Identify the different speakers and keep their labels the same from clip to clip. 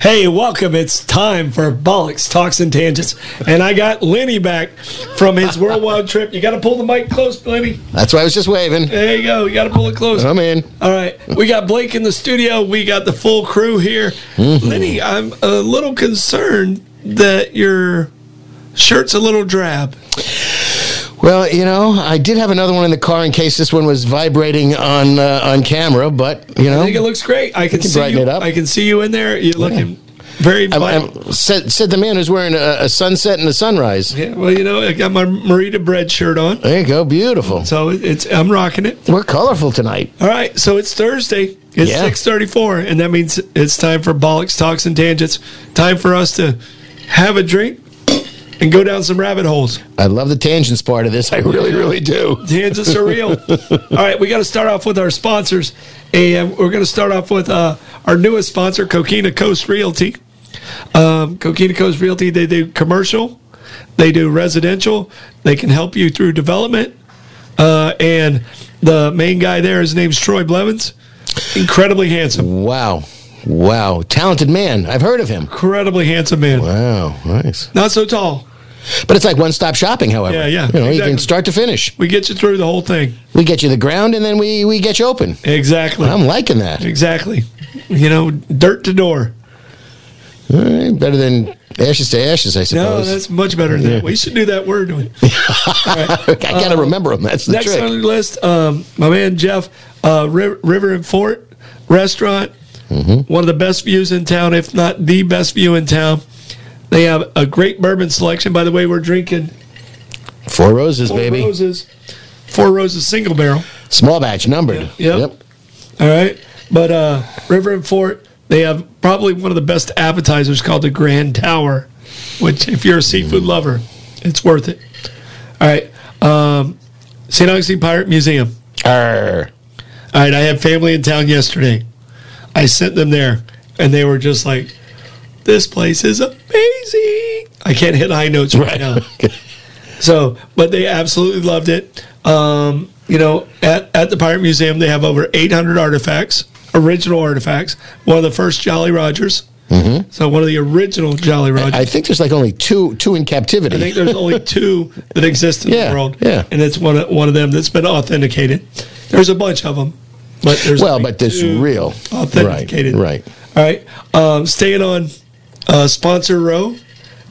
Speaker 1: Hey, welcome. It's time for Bollocks Talks and Tangents. And I got Lenny back from his worldwide trip. You got to pull the mic close, Lenny.
Speaker 2: That's why I was just waving.
Speaker 1: There you go. You got to pull it close.
Speaker 2: I'm in.
Speaker 1: All right, we got Blake in the studio. We got the full crew here.
Speaker 2: Mm-hmm.
Speaker 1: Lenny, I'm a little concerned that your shirt's a little drab.
Speaker 2: Well, you know, I did have another one in the car in case this one was vibrating on uh, on camera, but you know,
Speaker 1: I think it looks great. I can,
Speaker 2: can
Speaker 1: see
Speaker 2: brighten
Speaker 1: you.
Speaker 2: it up.
Speaker 1: I can see you in there. You're looking very.
Speaker 2: I'm,
Speaker 1: vibrant.
Speaker 2: I'm- said, said the man who's wearing a, a sunset and a sunrise.
Speaker 1: yeah, well, you know, I got my Marita Bread shirt on,
Speaker 2: There you go, beautiful.
Speaker 1: so it- it's I'm rocking it.
Speaker 2: We're colorful tonight.
Speaker 1: All right, so it's Thursday. It's
Speaker 2: Yeah.
Speaker 1: six thirty-four, and that means it's time for Bollocks Talks and Tangents. Time for us to have a drink and go down some rabbit holes.
Speaker 2: I love the tangents part of this. I really, really do.
Speaker 1: Tangents are real. All right, we got to start off with our sponsors, and we're going to start off with uh, our newest sponsor, Coquina Coast Realty. Um, Coquina Coast Realty, they do commercial, they do residential, they can help you through development. Uh, and the main guy there, his name's Troy Blevins. Incredibly handsome,
Speaker 2: Wow, wow, talented man. I've heard of him.
Speaker 1: incredibly handsome man.
Speaker 2: Wow, nice.
Speaker 1: Not so tall.
Speaker 2: But it's like one stop shopping. However,
Speaker 1: Yeah, yeah,
Speaker 2: You know, you
Speaker 1: exactly.
Speaker 2: can start to finish.
Speaker 1: We get you through the whole thing.
Speaker 2: We get you the ground, and then we we get you open.
Speaker 1: Exactly.
Speaker 2: I'm liking that.
Speaker 1: Exactly. You know, dirt to door.
Speaker 2: All right, better than ashes to ashes, I
Speaker 1: No,
Speaker 2: suppose.
Speaker 1: that's much better than that. We should do that word.
Speaker 2: I gotta remember them. That's the
Speaker 1: Next
Speaker 2: trick.
Speaker 1: on the list, um, my man Jeff, uh, Ri- River and Fort Restaurant.
Speaker 2: Mm-hmm.
Speaker 1: One of the best views in town, if not the best view in town. They have a great bourbon selection. By the way, we're drinking
Speaker 2: Four roses,
Speaker 1: Four
Speaker 2: baby.
Speaker 1: Roses, Four Roses single barrel.
Speaker 2: Small batch, numbered.
Speaker 1: Yep. All right. But uh, River and Fort, they have probably one of the best appetizers called the Grand Tower, which, if you're a seafood lover, it's worth it. All right. Um, St. Augustine Pirate Museum.
Speaker 2: Arr.
Speaker 1: All right. I had family in town yesterday. I sent them there, and they were just like, this place is amazing. I can't hit high notes right now. So, but they absolutely loved it. Um, you know, at, at the Pirate Museum, they have over 800 artifacts, original artifacts. One of the first Jolly Rogers. Mm-hmm. So, one of the original Jolly Rogers. I,
Speaker 2: I think there's like only two two in captivity.
Speaker 1: think there's only two that exist in
Speaker 2: Yeah,
Speaker 1: the world.
Speaker 2: yeah.
Speaker 1: And it's one of, one of them that's been authenticated. There's a bunch of them. But there's
Speaker 2: well,
Speaker 1: only
Speaker 2: but this
Speaker 1: two
Speaker 2: real
Speaker 1: authenticated.
Speaker 2: Right. right.
Speaker 1: All right. Um, staying on uh, sponsor row,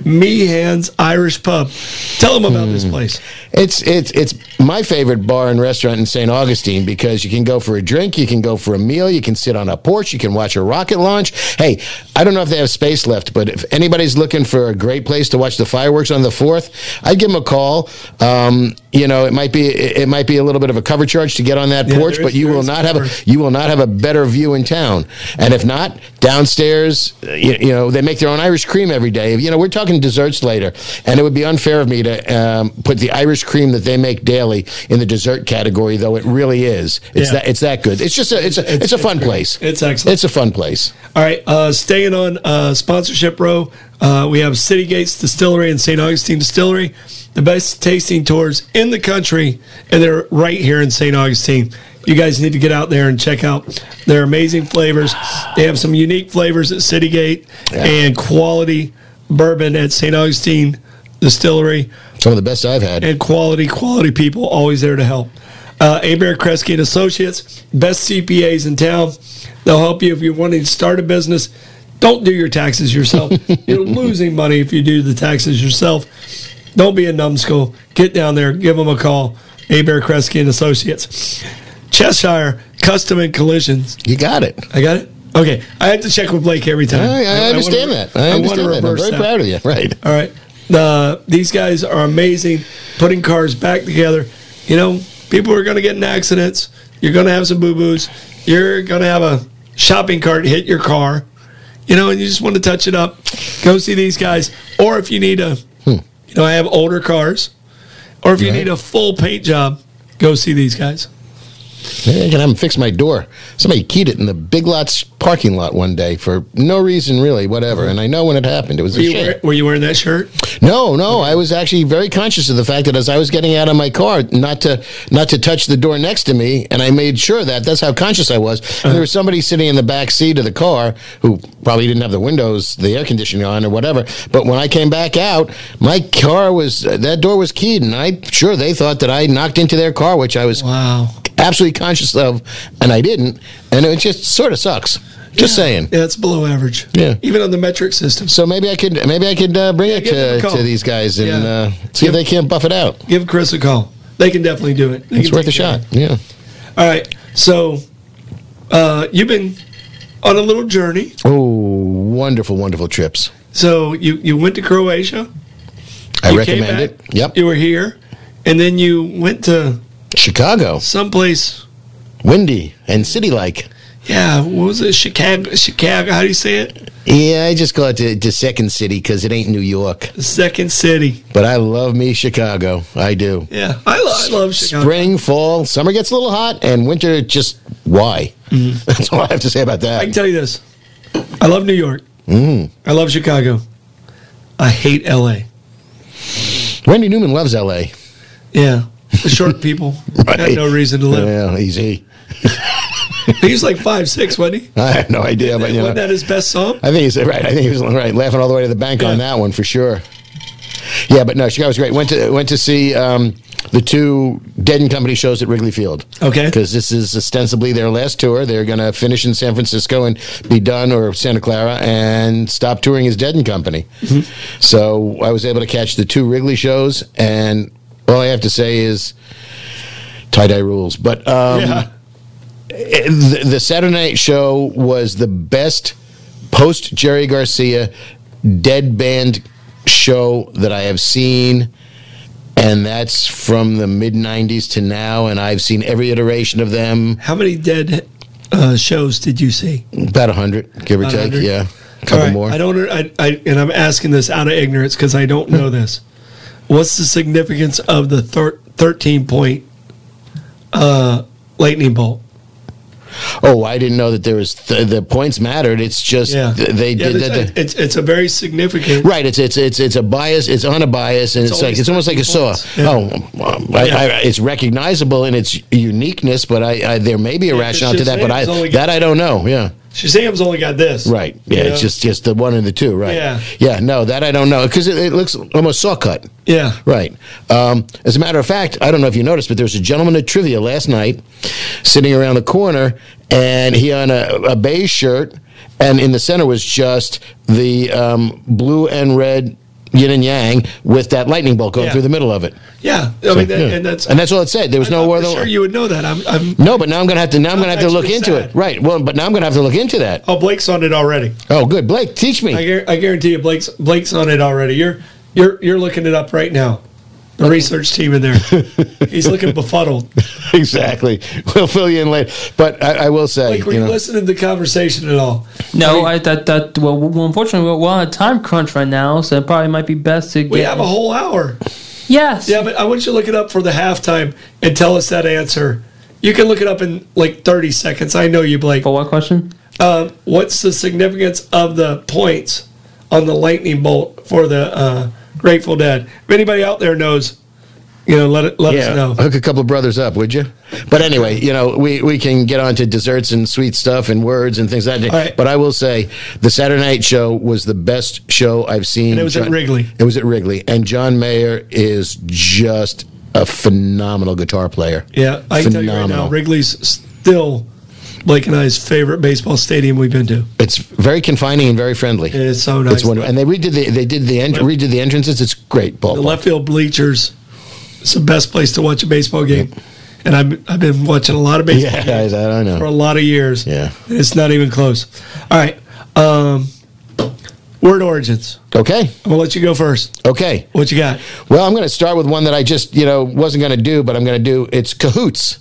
Speaker 1: Meehan's Irish Pub. Tell them about this
Speaker 2: Hmm.
Speaker 1: place.
Speaker 2: It's it's it's my favorite bar and restaurant in St. Augustine because you can go for a drink, you can go for a meal, you can sit on a porch, you can watch a rocket launch. Hey, I don't know if they have space left, but if anybody's looking for a great place to watch the fireworks on the fourth, I'd give them a call. Um, you know, it might be it, it might be a little bit of a cover charge to get on that
Speaker 1: Yeah,
Speaker 2: porch,
Speaker 1: there
Speaker 2: but
Speaker 1: is-
Speaker 2: you
Speaker 1: there
Speaker 2: will
Speaker 1: is
Speaker 2: not
Speaker 1: cover.
Speaker 2: have a you will not have a better view in town. And if not, downstairs, uh, you, you know, they make their own Irish cream every day. You know, we're talking desserts later, and it would be unfair of me to um, put the Irish cream that they make daily in the dessert category, though it really is. It's
Speaker 1: Yeah.
Speaker 2: that it's that good. It's just a it's a it's, a fun place.
Speaker 1: It's excellent.
Speaker 2: It's a fun place.
Speaker 1: All right, uh, staying on uh, sponsorship row, uh, we have City Gates Distillery and St. Augustine Distillery, the best tasting tours in the country, and they're right here in St. Augustine. You guys need to get out there and check out their amazing flavors. They have some unique flavors at City Gate and quality bourbon at St. Augustine Distillery
Speaker 2: Some of the best I've had.
Speaker 1: and quality, quality people always there to help. Uh, Abear Kresge and Associates, best CPAs in town. They'll help you if you're wanting to start a business. Don't do your taxes yourself. you're losing money if you do the taxes yourself. Don't be a numbskull. Get down there, give them a call. Abear Kresge and Associates. Cheshire Custom and Collisions.
Speaker 2: You got it.
Speaker 1: I got it? Okay. I have to check with Blake every time.
Speaker 2: I, I understand
Speaker 1: wanna-
Speaker 2: that. I
Speaker 1: wanna
Speaker 2: understand that. I'm
Speaker 1: reverse
Speaker 2: very
Speaker 1: that.
Speaker 2: proud of you. Right.
Speaker 1: All right. The these guys are amazing putting cars back together. You know, people are going to get in accidents. You're going to have some boo boos. You're going to have a shopping cart hit your car. You know, and you just want to touch it up. Go see these guys. Or if you need a,
Speaker 2: Hmm.
Speaker 1: you know, I have older cars. Or if you
Speaker 2: Right.
Speaker 1: need a full paint job, go see these guys.
Speaker 2: Maybe I can have them fix my door. Somebody keyed it in the Big Lots parking lot one day for no reason, really, whatever. And I know when it happened. It was
Speaker 1: Were
Speaker 2: a
Speaker 1: you,
Speaker 2: shame.
Speaker 1: wear- were you wearing that shirt?
Speaker 2: No, no, I was actually very conscious of the fact that as I was getting out of my car, not to not to touch the door next to me, and I made sure that that's how conscious I was. And there was somebody sitting in the back seat of the car who probably didn't have the windows, the air conditioning on, or whatever. But when I came back out, my car was that door was keyed, and I sure they thought that I knocked into their car, which I was
Speaker 1: Wow.
Speaker 2: absolutely conscious of, and I didn't. And it just sort of sucks. Just saying.
Speaker 1: Yeah, it's below average.
Speaker 2: Yeah.
Speaker 1: Even on the metric system.
Speaker 2: So maybe I could maybe I could uh, bring it
Speaker 1: give them a
Speaker 2: to,
Speaker 1: call.
Speaker 2: to these guys and
Speaker 1: Yeah.
Speaker 2: uh, see if
Speaker 1: Give-
Speaker 2: they can't buff it out.
Speaker 1: Give Chris a call. They can definitely do it. They
Speaker 2: It's
Speaker 1: can
Speaker 2: worth a
Speaker 1: take care
Speaker 2: shot.
Speaker 1: of it.
Speaker 2: Yeah.
Speaker 1: All right. So uh, you've been on a little journey.
Speaker 2: Oh, wonderful, wonderful trips.
Speaker 1: So you, you went to Croatia.
Speaker 2: I
Speaker 1: you came
Speaker 2: recommend it.
Speaker 1: back,
Speaker 2: Yep.
Speaker 1: You were here. And then you went to
Speaker 2: Chicago,
Speaker 1: someplace.
Speaker 2: windy and city like.
Speaker 1: Yeah. What was it? Chicago. Chicago. How do you say it?
Speaker 2: Yeah, I just call it the, the second city because it ain't New York.
Speaker 1: The second city.
Speaker 2: But I love me Chicago. I do.
Speaker 1: Yeah. I, lo- I love Chicago.
Speaker 2: Spring, fall, summer gets a little hot, and winter just why? That's all I have to say about
Speaker 1: Mm-hmm. I can
Speaker 2: that.
Speaker 1: tell you this. I love New York.
Speaker 2: Mm.
Speaker 1: I love Chicago. I hate L.A.
Speaker 2: Randy Newman loves L.A.
Speaker 1: Yeah. The short people
Speaker 2: Right.
Speaker 1: have no reason to live.
Speaker 2: Yeah, easy.
Speaker 1: He was like five six, wasn't he?
Speaker 2: I have no idea, but you know,
Speaker 1: Wasn't that his best song?
Speaker 2: I think he's right. I think he was right, laughing all the way to the bank on
Speaker 1: Yeah.
Speaker 2: that one for sure. Yeah, but no, Chicago was great. Went to went to see um, the two Dead and Company shows at Wrigley Field.
Speaker 1: Okay.
Speaker 2: because this is ostensibly their last tour. They're going to finish in San Francisco and be done, or Santa Clara, and stop touring as Dead and Company.
Speaker 1: Mm-hmm.
Speaker 2: So I was able to catch the two Wrigley shows, and all I have to say is tie dye rules. But um,
Speaker 1: yeah.
Speaker 2: the, the Saturday night show was the best post Jerry Garcia dead band show that I have seen. And that's from the mid 90s to now. And I've seen every iteration of them,
Speaker 1: How many dead uh, shows did you see?
Speaker 2: about 100, give or
Speaker 1: About
Speaker 2: take.
Speaker 1: 100?
Speaker 2: Yeah. A couple
Speaker 1: All right,
Speaker 2: more.
Speaker 1: I don't. I, I and I'm asking this out of ignorance because I don't know this. What's the significance of the thir- thirteen point uh, lightning bolt?
Speaker 2: oh, I didn't know that there was th- the points mattered. It's just
Speaker 1: Yeah,
Speaker 2: th- they
Speaker 1: Yeah,
Speaker 2: did
Speaker 1: this-
Speaker 2: that.
Speaker 1: It's it's a very significant.
Speaker 2: Right, it's it's it's it's a bias. It's on a bias, and it's, like
Speaker 1: always
Speaker 2: it's almost like a
Speaker 1: 13
Speaker 2: saw.
Speaker 1: points. Yeah.
Speaker 2: Oh, um, I, I, it's recognizable in its uniqueness, but I, I there may be a rationale to
Speaker 1: just
Speaker 2: that, but
Speaker 1: saying
Speaker 2: I
Speaker 1: it's only-
Speaker 2: that I don't know. Yeah,
Speaker 1: Shazam's only got this.
Speaker 2: right. Yeah,
Speaker 1: you know?
Speaker 2: it's just just the one and the two. Right.
Speaker 1: Yeah.
Speaker 2: Yeah. No, that I don't know because it, it looks almost saw cut.
Speaker 1: yeah.
Speaker 2: Right. Um, as a matter of fact, I don't know if you noticed, but there was a gentleman at trivia last night sitting around the corner, and he on a, a beige shirt, and in the center was just the um, blue and red yin and yang with that lightning bolt going
Speaker 1: Yeah.
Speaker 2: through the middle of it.
Speaker 1: Yeah. I mean, that,
Speaker 2: Yeah.
Speaker 1: and that's
Speaker 2: all it said. There was
Speaker 1: I'm
Speaker 2: no word.
Speaker 1: sure you would know that. I'm. I'm
Speaker 2: no, but now I'm gonna have to. Now I'm gonna have to look
Speaker 1: actually
Speaker 2: into it.
Speaker 1: sad.
Speaker 2: Right. Well, but now I'm gonna have to look into that.
Speaker 1: oh, Blake's on it already.
Speaker 2: Oh, good, Blake, teach
Speaker 1: I,
Speaker 2: me.
Speaker 1: guar- I guarantee you, Blake's Blake's on it already. You're you're you're looking it up right now. The research team in there, he's looking befuddled.
Speaker 2: exactly. We'll fill you in later. But I, I will say,
Speaker 1: Like, were
Speaker 2: you
Speaker 1: you
Speaker 2: know,
Speaker 1: listening to the conversation at all?
Speaker 3: No, I, that that well, well, unfortunately, we're, we're on a time crunch right now, so it probably might be best to get.
Speaker 1: We have a whole hour.
Speaker 3: yes.
Speaker 1: Yeah, but I want you to look it up for the halftime and tell us that answer. You can look it up in like 30 seconds. I know you, Blake.
Speaker 3: For what question?
Speaker 1: Um, what's the significance of the points on the lightning bolt for the uh, Grateful Dead? If anybody out there knows, you know, let it, let us know.
Speaker 2: Hook a couple brothers up, would you? But anyway, you know, we, we can get on to desserts and sweet stuff and words and things like that.
Speaker 1: All right.
Speaker 2: But I will say the Saturday night show was the best show I've seen.
Speaker 1: And it was at Wrigley.
Speaker 2: It was at Wrigley. And John Mayer is just a phenomenal guitar player.
Speaker 1: Yeah, I can tell you right now,
Speaker 2: Phenomenal.
Speaker 1: Wrigley's still Blake and I's favorite baseball stadium we've been to.
Speaker 2: It's very confining and very friendly.
Speaker 1: It's so nice.
Speaker 2: It's wonderful. And they redid the they did the en- redid the entrances. It's great,
Speaker 1: The
Speaker 2: Paul.
Speaker 1: left field bleachers is the best place to watch a baseball game. And I've, I've been watching a lot of baseball
Speaker 2: yeah,
Speaker 1: games
Speaker 2: I, I
Speaker 1: for a
Speaker 2: know.
Speaker 1: lot of years.
Speaker 2: Yeah.
Speaker 1: It's not even close. All right. Um, word origins.
Speaker 2: Okay,
Speaker 1: I'm going to let you go first.
Speaker 2: okay.
Speaker 1: What you got?
Speaker 2: Well, I'm going to start with one that I just, you know, wasn't going to do, but I'm going to do. It's cahoots.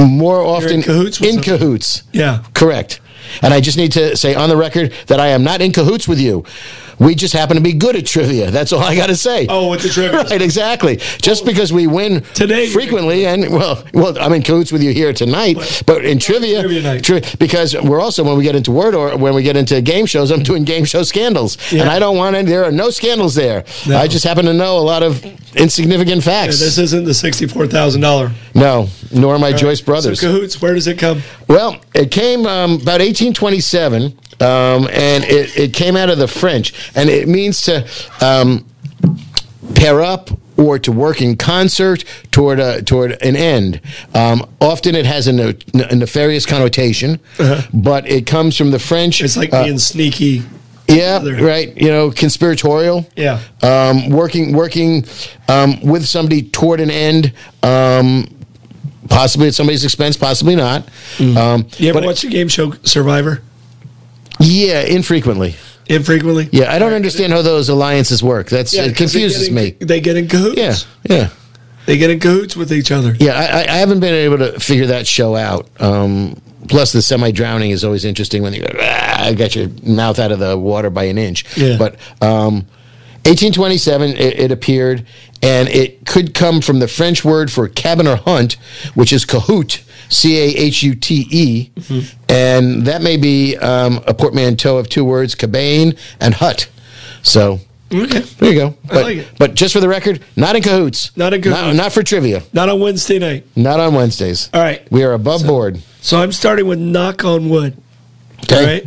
Speaker 2: More often
Speaker 1: in cahoots with
Speaker 2: in
Speaker 1: somebody.
Speaker 2: cahoots.
Speaker 1: Yeah.
Speaker 2: Correct. And I just need to say on the record that I am not in cahoots with you. We just happen to be good at trivia. That's all I got to say.
Speaker 1: Oh, with the trivia. Oh.
Speaker 2: right? Exactly. Just because we win
Speaker 1: Today you're-
Speaker 2: frequently, and well, well, I'm in cahoots with you here tonight, but, in trivia,
Speaker 1: Trivia night.
Speaker 2: tri- because we're also when we get into word or when we get into game shows, I'm doing game show scandals, and
Speaker 1: Yeah.
Speaker 2: I don't want any. There are no scandals there.
Speaker 1: No.
Speaker 2: I just happen to know a lot of insignificant facts.
Speaker 1: This isn't the sixty-four thousand dollar
Speaker 2: no, nor am I Joyce Brothers.
Speaker 1: So cahoots, where does it come?
Speaker 2: Well, it came um, about 1827, um, and it, it came out of the French, and it means to um, pair up or to work in concert toward a, toward an end. Um, often, it has a, no, a nefarious connotation, but it comes from the French.
Speaker 1: Uh-huh. It's like
Speaker 2: uh,
Speaker 1: being sneaky.
Speaker 2: yeah,
Speaker 1: other.
Speaker 2: right. You know, conspiratorial
Speaker 1: Yeah.
Speaker 2: um, working working um, with somebody toward an end, um, possibly at somebody's expense, possibly not. Um,
Speaker 1: Mm-hmm. You ever
Speaker 2: but-
Speaker 1: watch the game show Survivor?
Speaker 2: yeah, infrequently.
Speaker 1: Infrequently.
Speaker 2: Yeah, I don't understand how those alliances work. That's
Speaker 1: Yeah,
Speaker 2: it
Speaker 1: 'cause they get
Speaker 2: confuses
Speaker 1: in-
Speaker 2: me.
Speaker 1: They get in cahoots.
Speaker 2: Yeah, yeah,
Speaker 1: They get in cahoots with each other.
Speaker 2: yeah. I, I- I haven't been able to figure that show out. Um, plus, the semi drowning is always interesting when you go, ah, got your mouth out of the water by an inch.
Speaker 1: Yeah.
Speaker 2: But um, 1827, it, it appeared, and it could come from the French word for cabin or hunt, which is cahoot, C A H U T E,
Speaker 1: Mm-hmm.
Speaker 2: and that may be um, a portmanteau of two words, cabane and hut. So
Speaker 1: Okay.
Speaker 2: There you go. But,
Speaker 1: like it.
Speaker 2: but just for the record, not in cahoots.
Speaker 1: Not in
Speaker 2: Not,
Speaker 1: cahoots.
Speaker 2: not for trivia.
Speaker 1: Not on Wednesday night.
Speaker 2: Not on Wednesdays.
Speaker 1: All right.
Speaker 2: We are above board.
Speaker 1: So I'm starting with knock on wood.
Speaker 2: Okay.
Speaker 1: All right.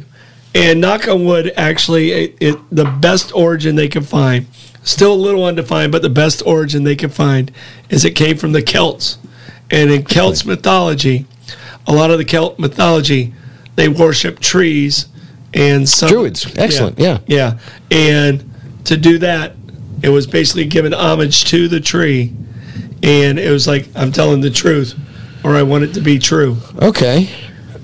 Speaker 1: And knock on wood, actually, it, it the best origin they could find, still a little undefined, but the best origin they could find is it came from the Celts. And in Celts mythology, a lot of the Celt mythology, they worship trees and some
Speaker 2: Druids. Excellent. Yeah.
Speaker 1: Yeah. And to do that, it was basically giving homage to the tree. And it was like, I'm telling the truth, or I want it to be true.
Speaker 2: Okay.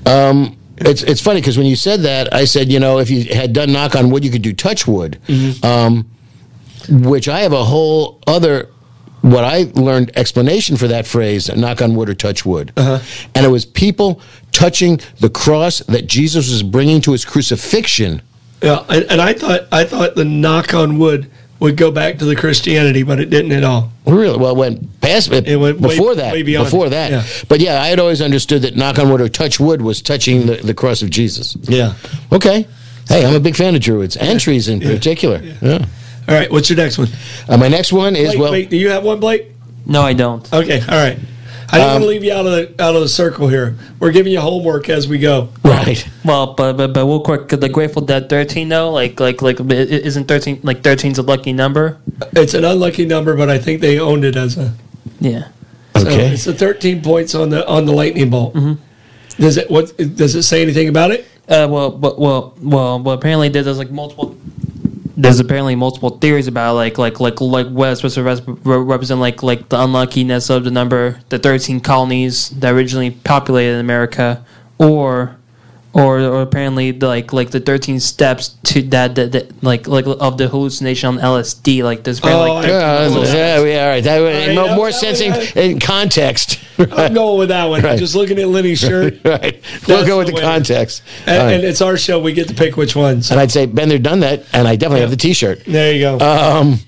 Speaker 2: Um, it's, it's funny because when you said that, I said, you know, if you had done knock on wood, you could do touch wood,
Speaker 1: Mm-hmm.
Speaker 2: um, which I have a whole other, what I learned explanation for that phrase, knock on wood or touch wood.
Speaker 1: Uh-huh.
Speaker 2: And it was people touching the cross that Jesus was bringing to his crucifixion.
Speaker 1: Yeah, and, and I thought I thought the knock on wood would go back to the Christianity, but it didn't at all.
Speaker 2: Really? Well, it went past it,
Speaker 1: It went way-
Speaker 2: before that.
Speaker 1: way beyond
Speaker 2: before
Speaker 1: it,
Speaker 2: that.
Speaker 1: yeah.
Speaker 2: But yeah, I had always understood that knock on wood or touch wood was touching the, the cross of Jesus.
Speaker 1: Yeah.
Speaker 2: Okay. Hey, I'm a big fan of druids and trees in particular. Yeah.
Speaker 1: All right, what's your next one?
Speaker 2: Uh, my next one is
Speaker 1: Blake,
Speaker 2: well,
Speaker 1: Blake, do you have one, Blake?
Speaker 3: No, I don't.
Speaker 1: Okay, all right. I didn't want
Speaker 2: Um,
Speaker 1: to leave you out of the out of the circle here. We're giving you homework as we go.
Speaker 2: right.
Speaker 3: Well, but but but real quick, could the Grateful Dead thirteen though, like like like i- i- isn't thirteen like 13's a lucky number?
Speaker 1: It's an unlucky number, but I think they owned it as a.
Speaker 3: Yeah.
Speaker 1: So
Speaker 2: Okay.
Speaker 1: It's the thirteen points on the on the lightning bolt. Does it what does it say anything about it?
Speaker 3: Uh, well, but well, well, well. Apparently, there- there's like multiple. There's apparently multiple theories about like like like like what it's supposed to res- re- represent like like the unluckiness of the number, the 13 colonies that originally populated America, or or or apparently like like the 13 steps to that, that, that like like of the hallucination on LSD. Like there's apparently
Speaker 1: Oh,
Speaker 3: like,
Speaker 1: I-
Speaker 2: Yeah, yeah, yeah, all right. That would-
Speaker 1: right,
Speaker 2: mo-
Speaker 1: that-
Speaker 2: more
Speaker 1: that
Speaker 2: sensing
Speaker 1: would-
Speaker 2: in context.
Speaker 1: I'm going with that one.
Speaker 2: Right.
Speaker 1: Just looking at Lenny's shirt,
Speaker 2: right. We'll
Speaker 1: That's
Speaker 2: go with
Speaker 1: the way.
Speaker 2: the context.
Speaker 1: and,
Speaker 2: All right.
Speaker 1: and it's our show. We get to pick which ones.
Speaker 2: And I'd say been there, done that, and I definitely have the T-shirt.
Speaker 1: There you go.
Speaker 2: Um,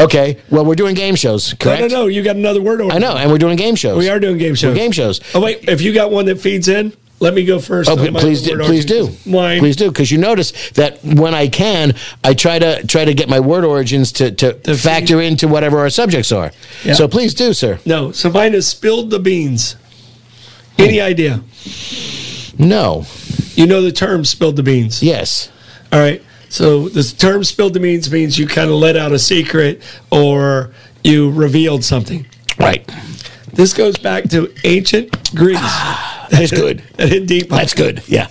Speaker 2: okay. Well, we're doing game shows,
Speaker 1: I
Speaker 2: correct?
Speaker 1: don't know. You got another word order.
Speaker 2: I know, and we're doing game shows.
Speaker 1: We are doing game shows.
Speaker 2: We're game shows.
Speaker 1: Oh wait, if you got one that feeds in, let me go first.
Speaker 2: Oh,
Speaker 1: I might
Speaker 2: please,
Speaker 1: have a
Speaker 2: do,
Speaker 1: word
Speaker 2: please do,
Speaker 1: origin. Mine.
Speaker 2: please do, because you notice that when I can, I try to try to get my word origins to, to factor into whatever our subjects are.
Speaker 1: Yeah.
Speaker 2: So please do, sir.
Speaker 1: No, so mine is spilled the beans. Any
Speaker 2: Oh.
Speaker 1: idea?
Speaker 2: No,
Speaker 1: You know the term spilled the beans.
Speaker 2: yes,
Speaker 1: All right. So the term spilled the beans means you kind of let out a secret or you revealed something.
Speaker 2: right.
Speaker 1: This goes back to ancient Greece.
Speaker 2: Ah, That's good.
Speaker 1: That hit deep.
Speaker 2: That's good. Yeah,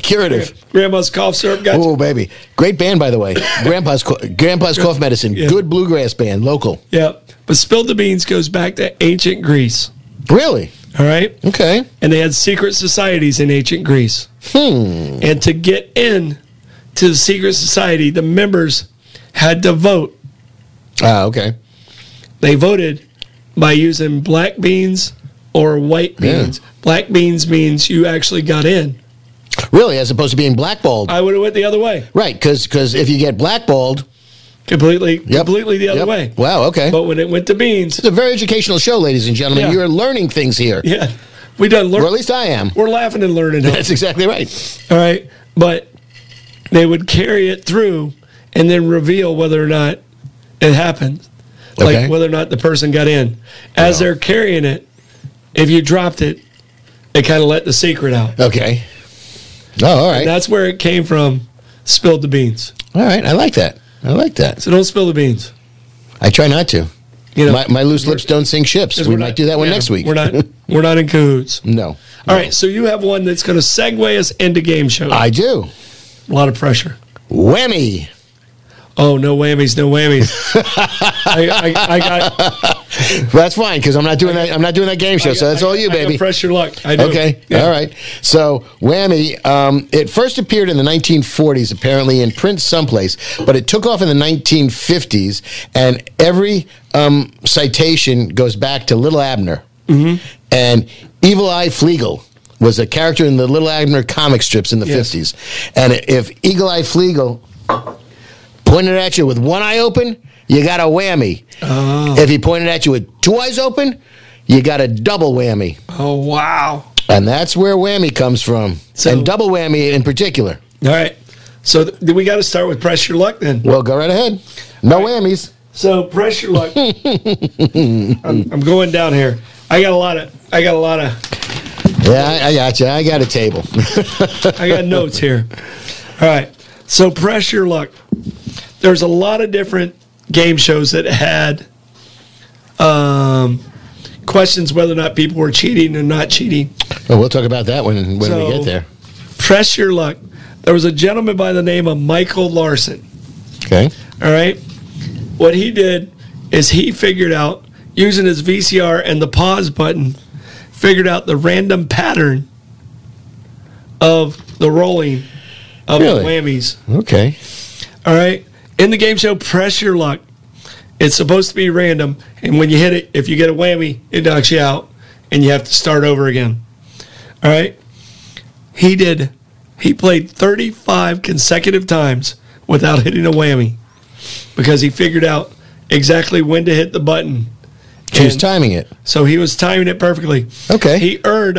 Speaker 2: curative.
Speaker 1: Grandma's cough syrup got you.
Speaker 2: Oh baby, great band by the way. Grandpa's co- Grandpa's cough medicine.
Speaker 1: Yeah.
Speaker 2: Good bluegrass band, local.
Speaker 1: Yeah. But spilled the beans goes back to ancient Greece.
Speaker 2: Really?
Speaker 1: All right.
Speaker 2: Okay.
Speaker 1: and they had secret societies in ancient Greece.
Speaker 2: Hmm.
Speaker 1: And to get in to the secret society, the members had to vote.
Speaker 2: Ah, okay.
Speaker 1: They voted by using black beans or white
Speaker 2: Yeah.
Speaker 1: beans. Black beans means you actually got in.
Speaker 2: Really, as opposed to being blackballed.
Speaker 1: I would have went the other way,
Speaker 2: right, because if you get blackballed,
Speaker 1: completely,
Speaker 2: Yep.
Speaker 1: completely the other
Speaker 2: Yep.
Speaker 1: way.
Speaker 2: Wow, okay.
Speaker 1: But when it went to beans,
Speaker 2: it's a very educational show, ladies and gentlemen.
Speaker 1: Yeah.
Speaker 2: You are learning things here.
Speaker 1: yeah, we done learn.
Speaker 2: Or at least I am.
Speaker 1: We're laughing and learning.
Speaker 2: That's exactly right.
Speaker 1: All right, but they would carry it through and then reveal whether or not it happened, like
Speaker 2: Okay.
Speaker 1: whether or not the person got in. As they're carrying it, if you dropped it, they kind of let the secret out.
Speaker 2: Okay. Oh, all right.
Speaker 1: That's where it came from. Spilled the beans.
Speaker 2: All right. I like that. I like that.
Speaker 1: So don't spill the beans.
Speaker 2: I try not to.
Speaker 1: You know,
Speaker 2: my, my loose lips don't sink ships.
Speaker 1: 'cause
Speaker 2: We
Speaker 1: we're
Speaker 2: might
Speaker 1: not-
Speaker 2: do that one
Speaker 1: yeah,
Speaker 2: next week.
Speaker 1: We're not. We're not in cahoots.
Speaker 2: No.
Speaker 1: All right. So you have one that's going to segue us into game show.
Speaker 2: I do.
Speaker 1: A lot of pressure.
Speaker 2: Whammy.
Speaker 1: Oh no whammies, no whammies. I, I, I got.
Speaker 2: That's fine because I'm not doing that. I'm not doing that game show.
Speaker 1: I
Speaker 2: so
Speaker 1: got-
Speaker 2: that's
Speaker 1: I
Speaker 2: all
Speaker 1: got-
Speaker 2: you,
Speaker 1: I got
Speaker 2: baby.
Speaker 1: pressure luck. I do.
Speaker 2: Okay.
Speaker 1: Yeah.
Speaker 2: All right. So, Whammy, um, it first appeared in the 1940s, apparently in print someplace, but it took off in the 1950s, and every um, citation goes back to Little Abner.
Speaker 1: Mm-hmm.
Speaker 2: And Evil Eye Flegel was a character in the Little Abner comic strips in the
Speaker 1: Yes.
Speaker 2: 50s. And if Eagle Eye Flegel pointed at you with one eye open, you got a whammy.
Speaker 1: Oh.
Speaker 2: If he pointed at you with two eyes open, you got a double whammy.
Speaker 1: Oh wow.
Speaker 2: And that's where whammy comes from.
Speaker 1: So-
Speaker 2: and double whammy in particular.
Speaker 1: All right. So th- we got to start with pressure luck then.
Speaker 2: Well, go right ahead. No whammies.
Speaker 1: So pressure luck. I'm, I'm going down here. I got a lot of. I got a lot of.
Speaker 2: Yeah, I, I got you. I got a table.
Speaker 1: I got notes here. All right. So pressure luck. There's a lot of different game shows that had um, questions whether or not people were cheating or not cheating.
Speaker 2: well, we'll talk about that when, when
Speaker 1: So-
Speaker 2: we get there.
Speaker 1: Pressure luck. There was a gentleman by the name of Michael Larson.
Speaker 2: Okay.
Speaker 1: All right. What he did is he figured out using his VCR and the pause button, figured out the random pattern of the rolling of
Speaker 2: Really?
Speaker 1: the whammies.
Speaker 2: Okay.
Speaker 1: All right. In the game show Pressure Luck, it's supposed to be random, and when you hit it, if you get a whammy, it knocks you out, and you have to start over again. All right. He did. He played 35 consecutive times without hitting a whammy because he figured out exactly when to hit the button.
Speaker 2: She was
Speaker 1: And-
Speaker 2: timing it.
Speaker 1: So he was timing it perfectly.
Speaker 2: Okay.
Speaker 1: He earned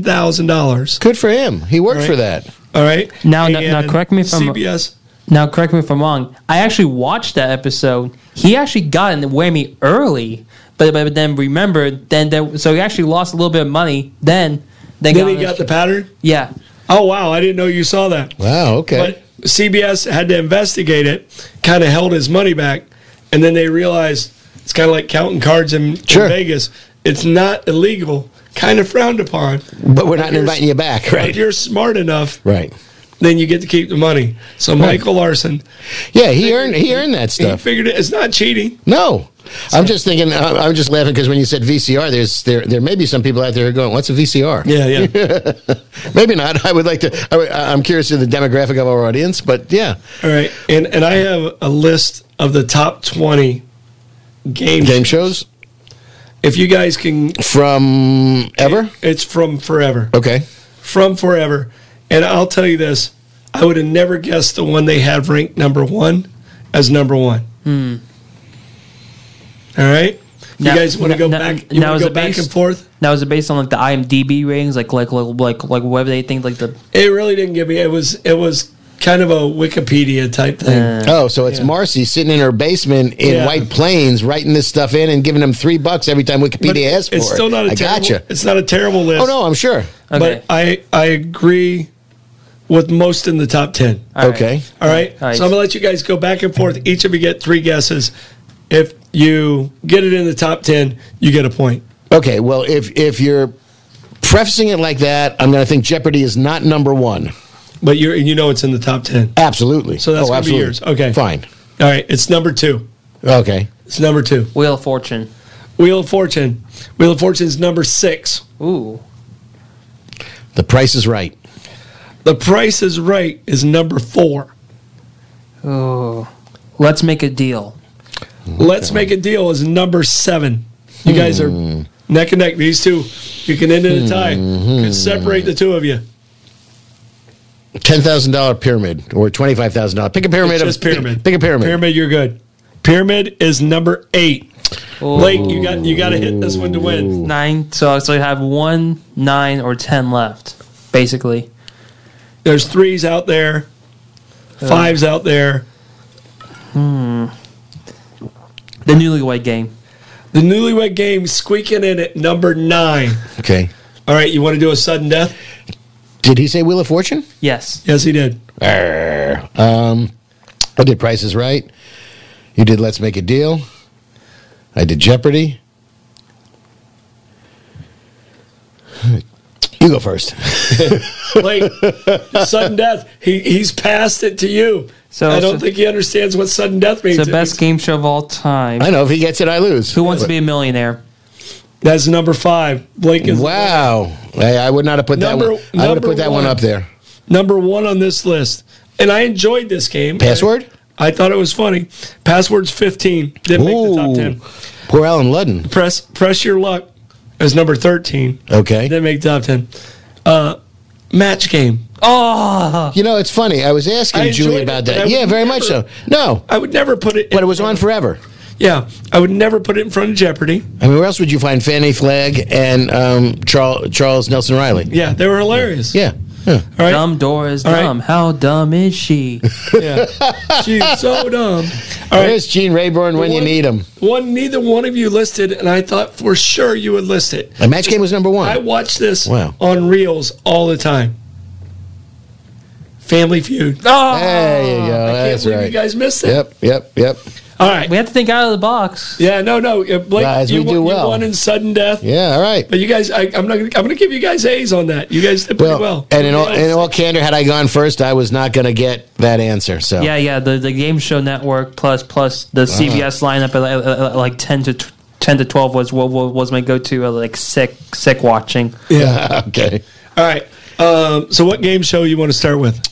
Speaker 1: $110,000.
Speaker 2: Good for him. He worked
Speaker 1: Right.
Speaker 2: for that.
Speaker 1: All right.
Speaker 3: Now- now- now
Speaker 1: And
Speaker 3: correct me if I'm-
Speaker 1: CBS.
Speaker 3: Now, correct me if I'm wrong. I actually watched that episode. He actually got in the whammy early, but, but then remembered. Then, then so he actually lost a little bit of money. Then,
Speaker 1: Then
Speaker 3: then, got
Speaker 1: he
Speaker 3: on
Speaker 1: got the
Speaker 3: the-
Speaker 1: pattern.
Speaker 3: yeah.
Speaker 1: Oh, wow. I didn't know you saw that.
Speaker 2: Wow. Okay.
Speaker 1: But CBS had to investigate it, kind of held his money back, and then they realized it's kind of like counting cards in, in
Speaker 2: Sure.
Speaker 1: Vegas. It's not illegal, kind of frowned upon.
Speaker 2: But, we're not
Speaker 1: here's-
Speaker 2: inviting you back.
Speaker 1: But If
Speaker 2: Right.
Speaker 1: you're smart enough,
Speaker 2: Right.
Speaker 1: then you get to keep the money. So Michael Larson,
Speaker 2: Yeah. He earned. He earned that
Speaker 1: he
Speaker 2: stuff.
Speaker 1: figured it, it's not cheating.
Speaker 2: No. I'm just thinking. I'm I'm just laughing because when you said VCR, there's there there may be some people out there who are going, "What's a VCR?"
Speaker 1: Yeah, yeah.
Speaker 2: Maybe not. I would like to. I, would- I- I'm curious of the demographic of our audience, but yeah,
Speaker 1: All right, and and I have a list of the top twenty game.
Speaker 2: game shows
Speaker 1: If you guys can,
Speaker 2: from ever.
Speaker 1: it's from forever.
Speaker 2: Okay.
Speaker 1: from forever. And I'll tell you this, I would have never guessed the one they have ranked number one as number one. All right.
Speaker 3: Hmm. Now-
Speaker 1: you guys want to go
Speaker 3: now-
Speaker 1: back? You
Speaker 3: now
Speaker 1: want
Speaker 3: is
Speaker 1: to
Speaker 3: it
Speaker 1: go back
Speaker 3: based-
Speaker 1: and forth?
Speaker 3: Now, is it based on like the IMDb ratings, like like like like, like whatever they think, like the
Speaker 1: It really didn't give me. It was it was kind of a Wikipedia type thing.
Speaker 3: Uh,
Speaker 2: Oh, so it's Marcy sitting in her basement in
Speaker 1: Yeah.
Speaker 2: White Plains, writing this stuff in and giving them three bucks every time
Speaker 1: But
Speaker 2: Wikipedia asks for
Speaker 1: it's
Speaker 2: it.
Speaker 1: still not a
Speaker 2: I
Speaker 1: terrible,
Speaker 2: gotcha.
Speaker 1: It's not a terrible list.
Speaker 2: Oh no, I'm sure.
Speaker 3: Okay.
Speaker 1: But uh, I I agree with most in the top ten.
Speaker 3: All right.
Speaker 2: okay.
Speaker 1: All right.
Speaker 3: All right.
Speaker 1: So I'm going to let you guys go back and forth. Each of you get three guesses. If you get it in the top 10, you get a point.
Speaker 2: Okay. Well, if if you're prefacing it like that, I'm going to think Jeopardy is not number one.
Speaker 1: But you're, you know it's in the top 10.
Speaker 2: Absolutely. Oh,
Speaker 1: So that's gonna be
Speaker 2: absolutely.
Speaker 1: yours. Okay.
Speaker 2: Fine.
Speaker 1: All right. It's number two.
Speaker 2: Okay.
Speaker 1: It's number two.
Speaker 3: Wheel of Fortune.
Speaker 1: Wheel of Fortune. Wheel of Fortune's number six.
Speaker 3: Ooh,
Speaker 2: The Price is Right.
Speaker 1: The Price is Right is number four.
Speaker 3: oh, let's make a deal.
Speaker 1: Let's Make a Deal is number seven. You guys are
Speaker 2: Hmm.
Speaker 1: neck and neck. These two, you can end in a tie. Could separate the two of you.
Speaker 2: ten thousand dollar pyramid or twenty five thousand dollar. Pick a pyramid.
Speaker 1: It's
Speaker 2: of-
Speaker 1: just pyramid.
Speaker 2: Pick, pick a pyramid.
Speaker 1: Pyramid, you're good. Pyramid is number eight. Blake, you got you got to hit this one to win.
Speaker 3: Nine. So so you have one, nine, or ten left, basically.
Speaker 1: There's threes out there, fives out there.
Speaker 3: The newlywed game.
Speaker 1: The newlywed game squeaking in at number nine.
Speaker 2: Okay.
Speaker 1: All right, you want to do a sudden death?
Speaker 2: Did he say Wheel of Fortune?
Speaker 3: Yes.
Speaker 1: Yes, he did.
Speaker 2: Arr. Um, I did Prices Right. You did Let's Make a Deal. I did Jeopardy. You go first.
Speaker 1: Blake, sudden death. He he's passed it to you.
Speaker 3: So-
Speaker 1: I don't
Speaker 3: so-
Speaker 1: think he understands what sudden death means.
Speaker 3: It's the
Speaker 1: It
Speaker 3: best
Speaker 1: means-
Speaker 3: game show of all time.
Speaker 2: I know if he gets it, I lose.
Speaker 3: Who wants to be a millionaire?
Speaker 1: That's number five. Blake is
Speaker 2: Wow! I, I would not have put
Speaker 1: Number-
Speaker 2: that. One, I would have
Speaker 1: number
Speaker 2: put that one.
Speaker 1: one.
Speaker 2: up there.
Speaker 1: number one on this list, and I enjoyed this game.
Speaker 2: Password?
Speaker 1: I, I thought it was funny. Password's fifteen. Didn't make the top ten.
Speaker 2: Poor Alan Ludden.
Speaker 1: Press press your luck is number thirteen.
Speaker 2: Okay.
Speaker 1: Didn't make top ten. Uh, match game.
Speaker 3: Oh,
Speaker 2: You know, it's funny. I was asking
Speaker 1: I
Speaker 2: Julie
Speaker 1: enjoyed
Speaker 2: about
Speaker 1: it, but I
Speaker 2: that. Yeah,
Speaker 1: would
Speaker 2: very much so.
Speaker 1: never-
Speaker 2: No,
Speaker 1: I would never put it.
Speaker 2: but it was on forever.
Speaker 1: Yeah, I would never put it in front of Jeopardy.
Speaker 2: I mean, where else would you find Fanny Flagg and um, Charles, Charles Nelson Riley?
Speaker 1: Yeah, they were hilarious.
Speaker 2: Yeah. yeah.
Speaker 1: All right.
Speaker 3: dumb Dora is
Speaker 1: All right.
Speaker 3: dumb. How dumb is she?
Speaker 1: Yeah. She's so dumb. All right.
Speaker 2: There's Gene Rayburn when you
Speaker 1: One-
Speaker 2: need him.
Speaker 1: One, neither one of you listed, and I thought for sure you would list it.
Speaker 2: A match game was number
Speaker 1: I
Speaker 2: one.
Speaker 1: watch this
Speaker 2: Wow.
Speaker 1: on reels all the time. Family Feud.
Speaker 3: Oh,
Speaker 2: There
Speaker 1: Ah,
Speaker 2: you go.
Speaker 1: I can't
Speaker 2: That's
Speaker 1: believe you
Speaker 2: right.
Speaker 1: guys missed it.
Speaker 2: Yep, yep, yep.
Speaker 1: All right.
Speaker 3: we have to think out of the box.
Speaker 1: Yeah, no, no. uh, Blake,
Speaker 2: Guys,
Speaker 1: you,
Speaker 2: we
Speaker 1: won-
Speaker 2: do
Speaker 1: you
Speaker 2: well.
Speaker 1: won in sudden death.
Speaker 2: Yeah, all right.
Speaker 1: But you guys, I, I'm not. Gonna, I'm going to give you guys A's on that. You guys did pretty
Speaker 2: Well,
Speaker 1: well.
Speaker 2: and in all, in all candor, had I gone first, I was not going to get that answer. So
Speaker 3: Yeah, yeah. The, the game show network plus plus
Speaker 2: Ah.
Speaker 3: the CBS lineup at, at, at, at, like ten to tw- ten to twelve was was, was my go to like sick sick watching.
Speaker 2: okay.
Speaker 1: all right. Um, so, what game show you want to start with?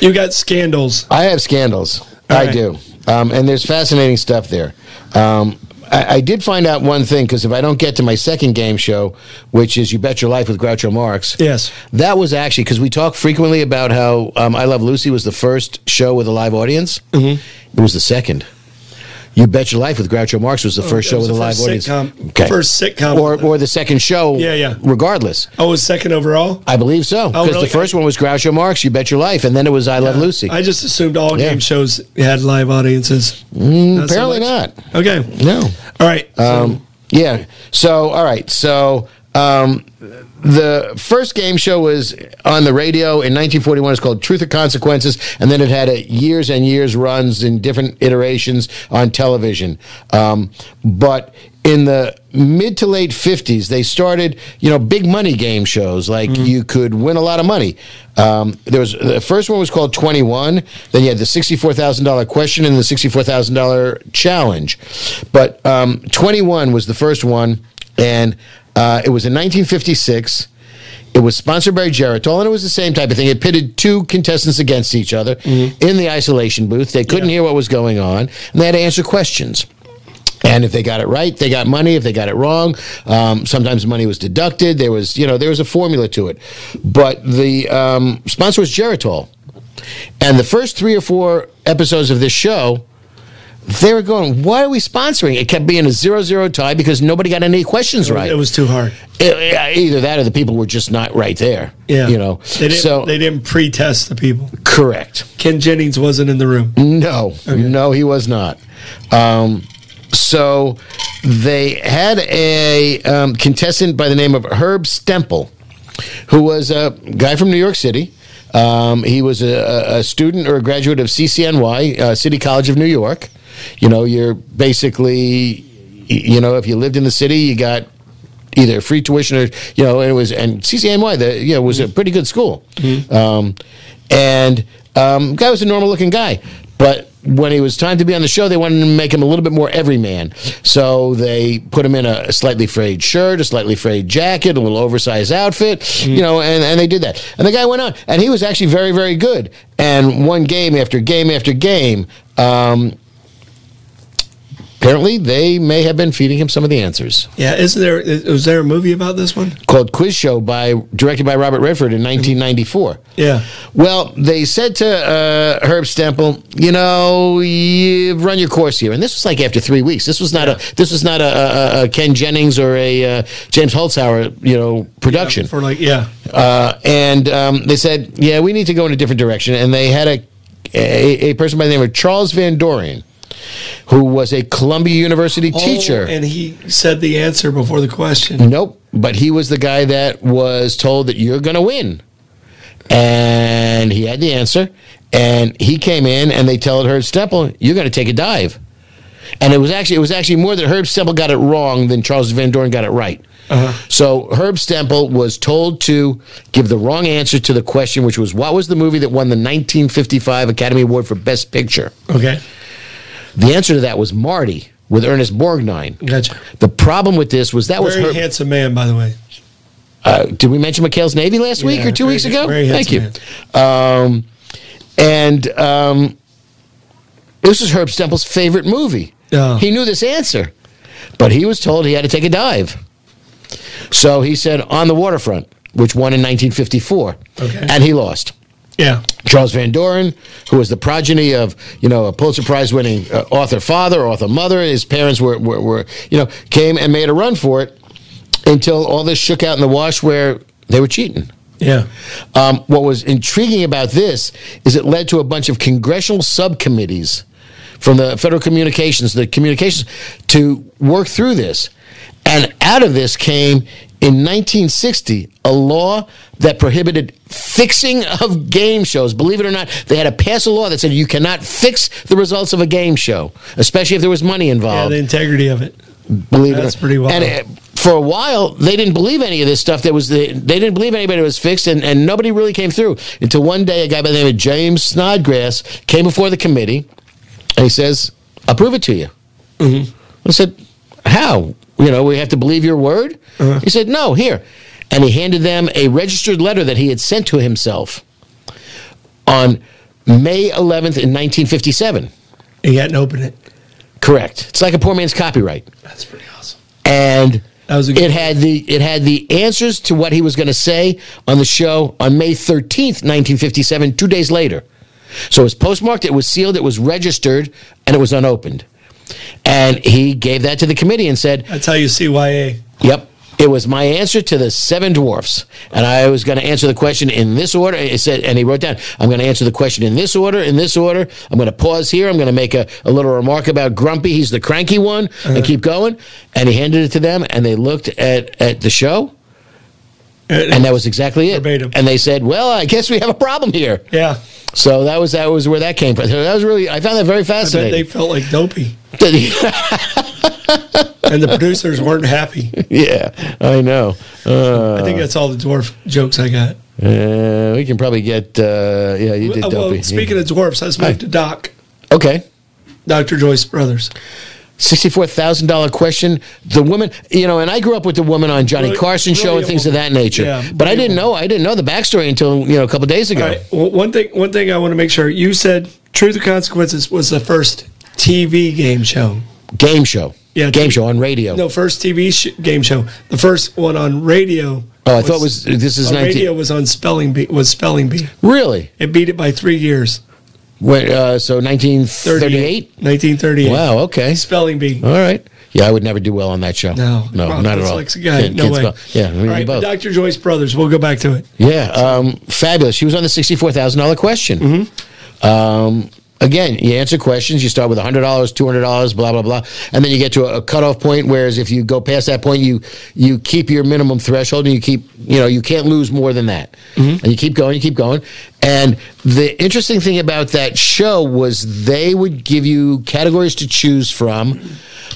Speaker 1: You got Scandals.
Speaker 2: I have scandals. I
Speaker 1: right.
Speaker 2: do. Um, and there's fascinating stuff there. Um, I, I did find out one thing because if I don't get to my second game show, which is You Bet Your Life with Groucho Marx,
Speaker 1: Yes.
Speaker 2: that was actually because we talk frequently about how um, I Love Lucy was the first show with a live audience.
Speaker 1: Mm-hmm.
Speaker 2: It was the second. You Bet Your Life with Groucho Marx was the first
Speaker 1: that
Speaker 2: show
Speaker 1: Oh, was
Speaker 2: with a
Speaker 1: the
Speaker 2: live
Speaker 1: first
Speaker 2: audience.
Speaker 1: sitcom- first sitcom.
Speaker 2: or or the second show.
Speaker 1: Yeah, yeah.
Speaker 2: Regardless,
Speaker 1: I was Oh, second overall.
Speaker 2: I believe so because
Speaker 1: really?
Speaker 2: the first one was Groucho Marx. You Bet Your Life, and then it was I Love Lucy.
Speaker 1: I just assumed all
Speaker 2: Yeah. Mm,
Speaker 1: game shows had live audiences. so
Speaker 2: Apparently
Speaker 1: much.
Speaker 2: not.
Speaker 1: Okay.
Speaker 2: No.
Speaker 1: All right.
Speaker 2: Um, yeah. So, all right. So, um, the first game show was on the radio in 1941. It's called Truth or Consequences, and then it had a years and years runs in different iterations on television. Um, but in the mid to late 50s, they started, you know, big money game shows. Like you could win a lot of money. Um, there was the first one was called 21. Then you had the $64,000 question and the $64,000 challenge. But um, 21 was the first one, and uh, it was in 1956. It was sponsored by Geritol, and it was the same type of thing. It pitted two contestants against each other
Speaker 1: Mm-hmm.
Speaker 2: in the isolation booth. They couldn't hear what was going on, and they had to answer questions. And if they got it right, they got money. If they got it wrong, um, sometimes money was deducted. There was, you know, there was a formula to it. But the um, sponsor was Geritol, and the first three or four episodes of this show, they were going, "Why are we sponsoring?" It kept being a zero-zero tie because nobody got any questions right.
Speaker 1: It was too hard.
Speaker 2: It- either that or the people were just not right there.
Speaker 1: Yeah.
Speaker 2: you know.
Speaker 1: They didn't,
Speaker 2: so
Speaker 1: they didn't pre-test the people.
Speaker 2: correct.
Speaker 1: Ken Jennings wasn't in the room.
Speaker 2: No, no, he was not. Um, so they had a um, contestant by the name of Herb Stemple, who was a guy from New York City. Um, he was a- a, a student or a graduate of CCNY, uh, City College of New York. You know, you're basically, y- you know, if you lived in the city, you got either free tuition or you know and it was and CCNY the you know was a pretty good school, um, and um, guy was a normal looking guy, but when he was time to be on the show, they wanted to make him a little bit more everyman, so they put him in a slightly frayed shirt, a slightly frayed jacket, a little oversized outfit, you know, and and they did that, and the guy went on, and he was actually very very good, and one game after game after game. Um, Apparently, they may have been feeding him some of the answers.
Speaker 1: Yeah, isn't there? Is, was there a movie about this one?
Speaker 2: Called Quiz Show by directed by Robert Redford in 1994.
Speaker 1: Yeah,
Speaker 2: Well, they said to uh, Herb Stemple, you know, you've run your course here, and this was like after three weeks. This was not a this was not a, a, a Ken Jennings or a uh, James Holzhauer, you know, production.
Speaker 1: for like yeah,
Speaker 2: Uh, and um, they said, yeah, we need to go in a different direction. And they had a a, a person by the name of Charles Van Doren, who was a Columbia University teacher.
Speaker 1: Oh, and he said the answer before the question.
Speaker 2: Nope. But he was the guy that was told that you're going to win. And he had the answer. And he came in and they told Herb Stemple, you're going to take a dive. And it was actually it was actually more that Herb Stemple got it wrong than Charles Van Doren got it right. So Herb Stemple was told to give the wrong answer to the question, which was what was the movie that won the 1955 Academy Award for Best Picture?
Speaker 1: Okay,
Speaker 2: The answer to that was Marty with Ernest Borgnine.
Speaker 1: gotcha.
Speaker 2: The problem with this was that was
Speaker 1: Very
Speaker 2: Herb,
Speaker 1: handsome man, by the way.
Speaker 2: uh, did we mention McHale's Navy last week
Speaker 1: Yeah,
Speaker 2: or two
Speaker 1: very-
Speaker 2: weeks ago?
Speaker 1: very
Speaker 2: Thank you.
Speaker 1: handsome
Speaker 2: Um, and um, this is Herb Stemple's favorite movie.
Speaker 1: Yeah.
Speaker 2: He knew this answer, but he was told he had to take a dive. So he said, On the Waterfront, which won in 1954.
Speaker 1: Okay.
Speaker 2: And he lost.
Speaker 1: Yeah,
Speaker 2: Charles Van Doren, who was the progeny of you know a Pulitzer Prize winning uh, author father, author mother, his parents were, were were you know came and made a run for it until all this shook out in the wash where they were cheating.
Speaker 1: yeah,
Speaker 2: Um, what was intriguing about this is it led to a bunch of congressional subcommittees from the Federal Communications, the Communications, to work through this. And out of this came, in 1960, a law that prohibited fixing of game shows. Believe it or not, they had to pass a law that said you cannot fix the results of a game show, especially if there was money involved
Speaker 1: yeah. The integrity of it.
Speaker 2: believe it.
Speaker 1: That's
Speaker 2: or-
Speaker 1: pretty wild.
Speaker 2: And it, for a while, they didn't believe any of this stuff. That was the, they didn't believe anybody was fixed, and, and nobody really came through until one day a guy by the name of James Snodgrass came before the committee, and he says, "I'll prove it to you."
Speaker 1: Mm-hmm.
Speaker 2: I said, "How? You know, we have to believe your word."
Speaker 1: Uh-huh.
Speaker 2: He said, "No, here," and he handed them a registered letter that he had sent to himself on May 11th in 1957.
Speaker 1: He hadn't opened it.
Speaker 2: Correct. It's like a poor man's copyright
Speaker 1: That's pretty awesome.
Speaker 2: and
Speaker 1: That was a good-
Speaker 2: it had the it had the answers to what he was going to say on the show on May 13th, 1957, 2 days later. So it was postmarked, it was sealed, it was registered, and it was unopened. And he gave that to the committee and said,
Speaker 1: That's how you see YA.
Speaker 2: Yep. It was my answer to the seven dwarfs. And I was going to answer the question in this order. It said, and he wrote down, I'm going to answer the question in this order, in this order. I'm going to pause here. I'm going to make a, a little remark about Grumpy. He's the cranky one.
Speaker 1: Uh-huh.
Speaker 2: And keep going. And he handed it to them, and they looked at, at the show, and that was exactly it.
Speaker 1: Verbatim.
Speaker 2: And they said, Well, I guess we have a problem here.
Speaker 1: yeah,
Speaker 2: So that was that was where that came from. So that was really, I found that very
Speaker 1: I bet they
Speaker 2: fascinating.
Speaker 1: felt like dopey, and the producers weren't happy.
Speaker 2: yeah, I know. Uh,
Speaker 1: I think that's all the dwarf jokes I got.
Speaker 2: Uh, we can probably get. Uh, yeah, you did
Speaker 1: Uh,
Speaker 2: dopey.
Speaker 1: Well, speaking of dwarfs, let's move to Doc,
Speaker 2: okay,
Speaker 1: Doctor Joyce Brothers.
Speaker 2: sixty-four thousand dollar question. The woman, you know, and I grew up with the woman on Johnny
Speaker 1: Really-
Speaker 2: Carson show and
Speaker 1: really a
Speaker 2: things of that
Speaker 1: woman.
Speaker 2: nature.
Speaker 1: Yeah,
Speaker 2: but I
Speaker 1: really a
Speaker 2: didn't know. I didn't know the backstory until you know a couple days ago.
Speaker 1: All right. Well, one thing, one thing I want to make sure you said Truth or Consequences was the first TV game show.
Speaker 2: Game show.
Speaker 1: Yeah,
Speaker 2: game
Speaker 1: t-
Speaker 2: show on radio.
Speaker 1: No, first TV sh- game show. The first one on radio.
Speaker 2: oh, I thought it was this is
Speaker 1: on
Speaker 2: nineteen.
Speaker 1: radio was on Spelling Bee. Was Spelling Bee?
Speaker 2: Really?
Speaker 1: It beat it by three years.
Speaker 2: When, uh, so nineteen thirty-eight.
Speaker 1: 1938.
Speaker 2: Wow. Okay.
Speaker 1: Spelling Bee.
Speaker 2: All right. Yeah, I would never do well on that show.
Speaker 1: No,
Speaker 2: no,
Speaker 1: Wow,
Speaker 2: not at all.
Speaker 1: dyslexic guy.
Speaker 2: Kid-
Speaker 1: no
Speaker 2: kids
Speaker 1: way.
Speaker 2: go- Yeah, I mean,
Speaker 1: All right,
Speaker 2: both.
Speaker 1: but Dr. Joyce Brothers. We'll go back to it.
Speaker 2: Yeah, um, fabulous. She was on the sixty-four thousand dollar question. Um, again, you answer questions. You start with hundred dollars, two hundred dollars, blah blah blah, and then you get to a, a cutoff point. Whereas if you go past that point, you you keep your minimum threshold, and you keep you know you can't lose more than that, and you keep going, you keep going. And the interesting thing about that show was they would give you categories to choose from,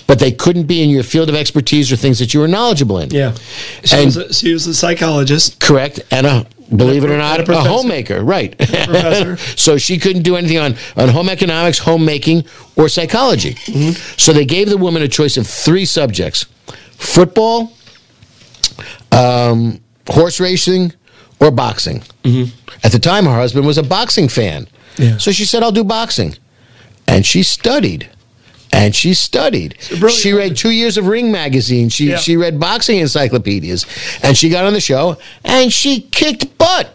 Speaker 2: but they couldn't be in your field of expertise or things that you were knowledgeable in.
Speaker 1: Yeah. She,
Speaker 2: And-
Speaker 1: was, a, she was a psychologist.
Speaker 2: Correct, and a believe it or
Speaker 1: And
Speaker 2: not,
Speaker 1: a
Speaker 2: a,
Speaker 1: professor.
Speaker 2: homemaker, right?
Speaker 1: professor.
Speaker 2: so she couldn't do anything on on home economics, homemaking, or psychology.
Speaker 1: Mm-hmm.
Speaker 2: So they gave the woman a choice of three subjects: football, um, horse racing, or boxing. At the time, her husband was a boxing fan,
Speaker 1: Mm-hmm. Yeah.
Speaker 2: so she said, "I'll do boxing," and she studied and she studied.
Speaker 1: brilliant
Speaker 2: She read two years of Ring magazine. She
Speaker 1: Yeah.
Speaker 2: she read boxing encyclopedias, and she got on the show and she kicked butt.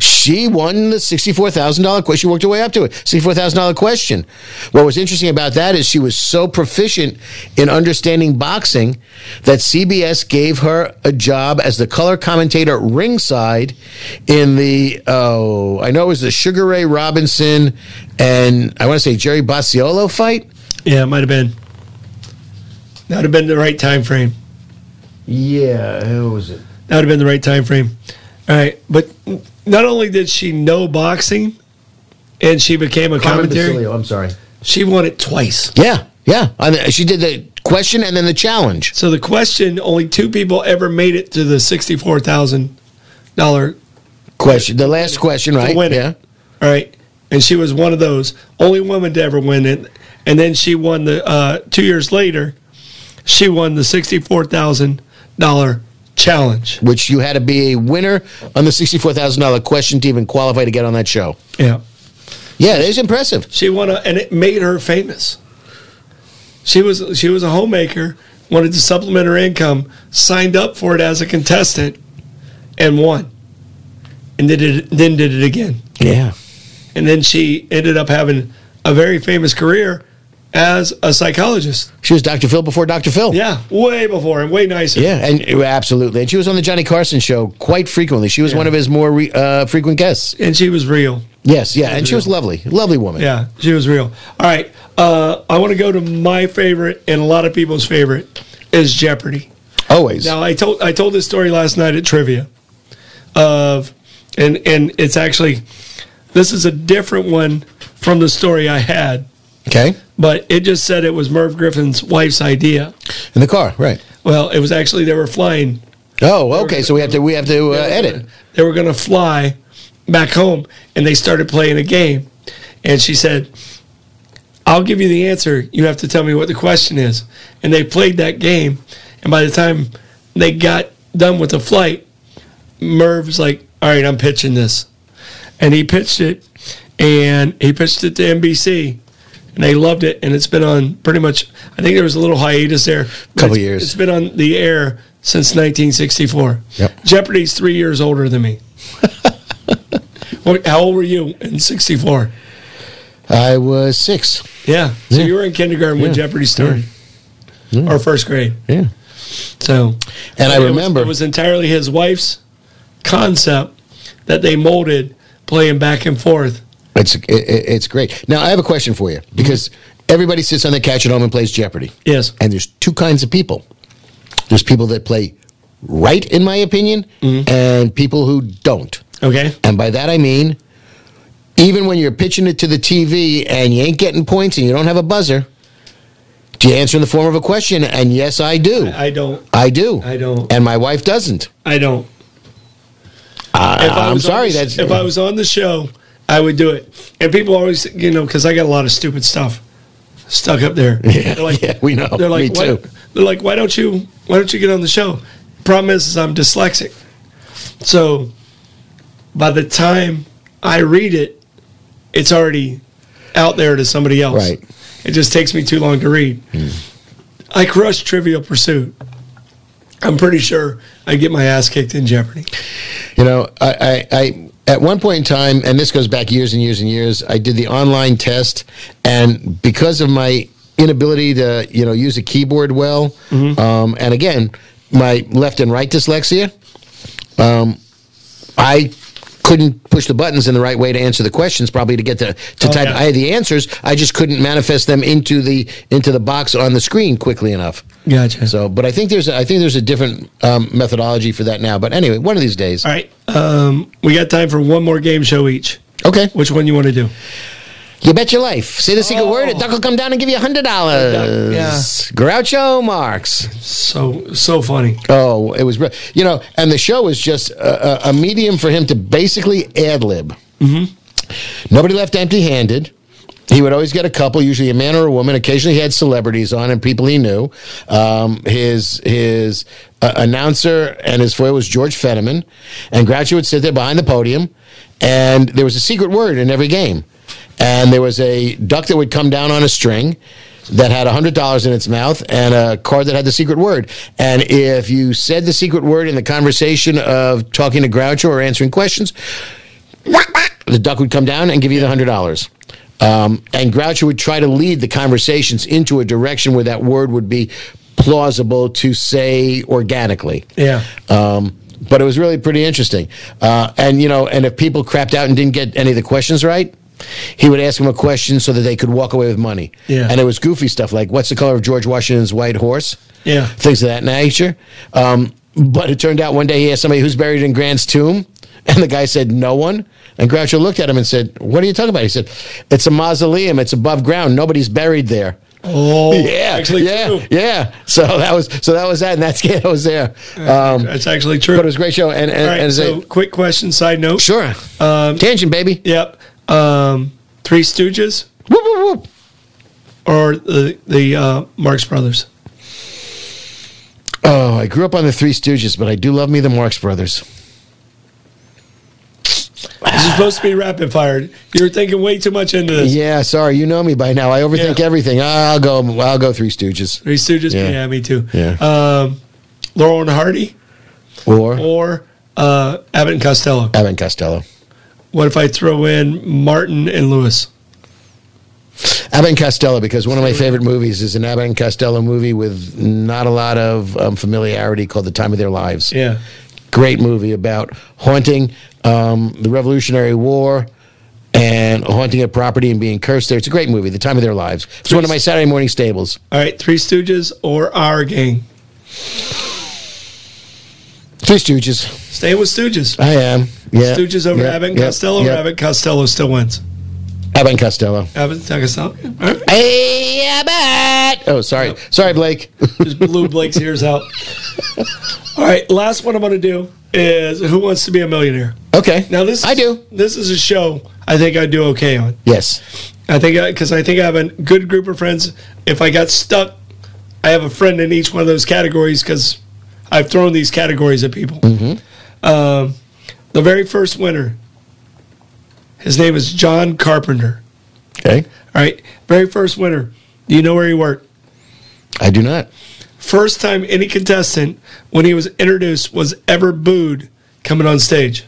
Speaker 2: She won the sixty-four thousand dollar question. She worked her way up to it. Sixty-four thousand dollar question. What was interesting about that is she was so proficient in understanding boxing that CBS gave her a job as the color commentator ringside in the oh, I know it was the Sugar Ray Robinson and I want to say Jerry Basiolo fight.
Speaker 1: Yeah, it might have been. That would have been the right time frame.
Speaker 2: Yeah, who was it?
Speaker 1: That would have been the right time frame. All right, but not only did she know boxing, and she became a commentator.
Speaker 2: I'm sorry.
Speaker 1: She won it twice.
Speaker 2: Yeah, yeah. I mean, she did the question and then the challenge.
Speaker 1: So the question: only two people ever made it to the sixty-four thousand dollar
Speaker 2: Question, the last question, right?
Speaker 1: win it.
Speaker 2: yeah.
Speaker 1: All right, and she was one of those only woman to ever win it. And then she won the uh, two years later. She won the sixty-four thousand dollar challenge.
Speaker 2: Which you had to be a winner on the sixty-four thousand dollar question to even qualify to get on that show.
Speaker 1: Yeah.
Speaker 2: Yeah, it is impressive.
Speaker 1: She won, a, and it made her famous. She was she was a homemaker, wanted to supplement her income, signed up for it as a contestant, and won. And did it then did it again,
Speaker 2: Yeah,
Speaker 1: and then she ended up having a very famous career as a psychologist.
Speaker 2: she was Dr. Phil before Dr. Phil.
Speaker 1: Yeah, way before and way nicer.
Speaker 2: Yeah, and uh, absolutely, and she was on the Johnny Carson show quite frequently. She was one of his more re, uh, frequent guests.
Speaker 1: and she was real.
Speaker 2: Yes, yeah, and she was lovely, lovely woman.
Speaker 1: Yeah, she was real. All right, uh, I want to go to my favorite and a lot of people's favorite is Jeopardy.
Speaker 2: always.
Speaker 1: Now I told I told this story last night at trivia, of, and and it's actually, this is a different one from the story I had,
Speaker 2: Okay,
Speaker 1: but it just said it was Merv Griffin's wife's idea.
Speaker 2: in the car, right?
Speaker 1: Well, it was actually they were flying.
Speaker 2: Oh, okay. So we have to we have to uh, edit.
Speaker 1: They were going to fly back home, and they started playing a game, and she said. I'll give you the answer. You have to tell me what the question is. And they played that game. And by the time they got done with the flight, Merv's like, all right, I'm pitching this. And he pitched it, and he pitched it to NBC, and they loved it. And it's been on pretty much, I think there was a little hiatus there. but
Speaker 2: Couple
Speaker 1: it's-
Speaker 2: years.
Speaker 1: It's been on the air since 1964.
Speaker 2: Yep.
Speaker 1: Jeopardy's three years older than me. Well, How old were you in 64?
Speaker 2: I was six.
Speaker 1: Yeah. So
Speaker 2: Yeah.
Speaker 1: you were in kindergarten when
Speaker 2: Yeah.
Speaker 1: Jeopardy started, or first grade.
Speaker 2: Yeah.
Speaker 1: So,
Speaker 2: And I
Speaker 1: it was-
Speaker 2: remember-
Speaker 1: it was entirely his wife's concept that they molded playing back and forth.
Speaker 2: It's it, it- it's great. Now I have a question for you because everybody sits on the couch at home and plays Jeopardy.
Speaker 1: Yes.
Speaker 2: And there's two kinds of people. There's people that play right, in my opinion,
Speaker 1: Mm-hmm.
Speaker 2: and people who don't.
Speaker 1: Okay.
Speaker 2: And by that I mean, even when you're pitching it to the TV and you ain't getting points and you don't have a buzzer, do you answer in the form of a question? And yes, I do. I,
Speaker 1: I don't.
Speaker 2: do.
Speaker 1: I don't.
Speaker 2: And my wife doesn't.
Speaker 1: I don't.
Speaker 2: I,
Speaker 1: If I
Speaker 2: am
Speaker 1: was on
Speaker 2: Uh, sorry.
Speaker 1: the sh-
Speaker 2: That's
Speaker 1: if I was on the show, I would do it. And people always, you know, because I got a lot of stupid stuff stuck up there.
Speaker 2: Yeah, yeah, we know.
Speaker 1: They're like,
Speaker 2: Me
Speaker 1: why,
Speaker 2: too.
Speaker 1: They're like, why don't you? Why don't you get on the show? Problem is, is I'm dyslexic, so by the time I read it, it's already out there to somebody else.
Speaker 2: Right. Hmm.
Speaker 1: It just takes me too long to read. I crushed Trivial Pursuit. I'm pretty sure I get my ass kicked in Jeopardy.
Speaker 2: You know, I, I, I at one point in time, and this goes back years and years and years, I did the online test, and because of my inability to, you know, use a keyboard well, um, and again, my left and right dyslexia, um, I couldn't push the buttons in the right way to answer the questions probably to get the to type
Speaker 1: yeah.
Speaker 2: I had the answers I just couldn't manifest them into the into the box on the screen quickly enough
Speaker 1: Gotcha.
Speaker 2: so but I think there's a, I think there's a different um, methodology for that now but anyway one of these days
Speaker 1: All right. Um, we got time for one more game show each.
Speaker 2: okay
Speaker 1: Which one you want to do?
Speaker 2: You bet your life. Say the secret
Speaker 1: Oh.
Speaker 2: word, a duck will come down and give you hundred dollars.
Speaker 1: Yeah.
Speaker 2: Groucho Marx.
Speaker 1: So so funny.
Speaker 2: Oh, it was, br- you know, and the show was just a, a, a medium for him to basically ad lib. Mm-hmm. Nobody left empty-handed. He would always get a couple, usually a man or a woman. Occasionally, he had celebrities on and people he knew. Um, his his uh, announcer and his foil was George Fenneman, and Groucho would sit there behind the podium, and there was a secret word in every game, and there was a duck that would come down on a string. that had $100 in its mouth and a card that had the secret word. And if you said the secret word in the conversation of talking to Groucho or answering questions, the duck would come down and give you the $100. Um, and Groucho would try to lead the conversations into a direction where that word would be plausible to say organically.
Speaker 1: Yeah.
Speaker 2: Um, but it was really pretty interesting. Uh, and you know, and if people crapped out and didn't get any of the questions right, he would ask them a question so that they could walk away with money.
Speaker 1: Yeah.
Speaker 2: And it was goofy stuff like, "What's the color of George Washington's white horse?"
Speaker 1: Yeah.
Speaker 2: Things of that nature. Um, but it turned out one day he asked somebody who's buried in Grant's tomb, and the guy said, "No one." And Groucho looked at him and said, "What are you talking about?" He said, "It's a mausoleum. It's above ground. Nobody's buried there."
Speaker 1: Oh,
Speaker 2: Yeah,
Speaker 1: Actually
Speaker 2: yeah,
Speaker 1: true.
Speaker 2: yeah. So that was so that was that, and that's it. I was there. Um,
Speaker 1: That's actually true.
Speaker 2: but it was a great show. And, and,
Speaker 1: All right,
Speaker 2: and
Speaker 1: so
Speaker 2: so,
Speaker 1: quick question, side note.
Speaker 2: sure.
Speaker 1: Um,
Speaker 2: Tangent, baby.
Speaker 1: Yep. Um, Three Stooges
Speaker 2: Whoop, whoop, whoop.
Speaker 1: or the the uh, Marx Brothers?
Speaker 2: Oh, I grew up on the Three Stooges, but I do love me the Marx Brothers.
Speaker 1: This is supposed to be rapid fire. You're thinking way too much into this.
Speaker 2: Yeah, sorry, you know me by now. I overthink
Speaker 1: Yeah.
Speaker 2: everything. I'll go. I'll go Three Stooges
Speaker 1: Three Stooges.
Speaker 2: Yeah.
Speaker 1: Yeah, me too.
Speaker 2: Yeah.
Speaker 1: Um, Laurel and Hardy
Speaker 2: or
Speaker 1: or uh, Abbott and Costello.
Speaker 2: Evan Costello.
Speaker 1: What if I throw in Martin and Lewis?
Speaker 2: Abbott and Costello, because one of my favorite movies is an Abbott and Costello movie with not a lot of um, familiarity called The Time of Their Lives.
Speaker 1: Yeah.
Speaker 2: Great movie about haunting um, the Revolutionary War and haunting a property and being cursed there. It's a great movie, The Time of Their Lives. It's one of my Saturday morning stables.
Speaker 1: All right, Three Stooges or Our Gang?
Speaker 2: Three Stooges.
Speaker 1: Stay with Stooges.
Speaker 2: I am. Yeah.
Speaker 1: Stooges over
Speaker 2: Yeah.
Speaker 1: Abbott and
Speaker 2: Yeah.
Speaker 1: Costello.
Speaker 2: Yeah.
Speaker 1: Or Abbott and Costello still wins.
Speaker 2: Abbott and Costello.
Speaker 1: Abbott and Costello. All right.
Speaker 2: Hey, Abbott! Oh, sorry. Sorry, Blake.
Speaker 1: Just blew Blake's ears out. All right, last one I'm going to do is Who Wants to Be a Millionaire?
Speaker 2: okay.
Speaker 1: Now this is,
Speaker 2: I do.
Speaker 1: This is a show I think I do okay on.
Speaker 2: Yes.
Speaker 1: I think because I think I have a good group of friends. If I got stuck, I have a friend in each one of those categories because I've thrown these categories at people. Um, the very first winner, his name is John Carpenter.
Speaker 2: Okay.
Speaker 1: All right, very first winner. Do you know where he worked?
Speaker 2: I do not.
Speaker 1: First time any contestant, when he was introduced, was ever booed coming on stage.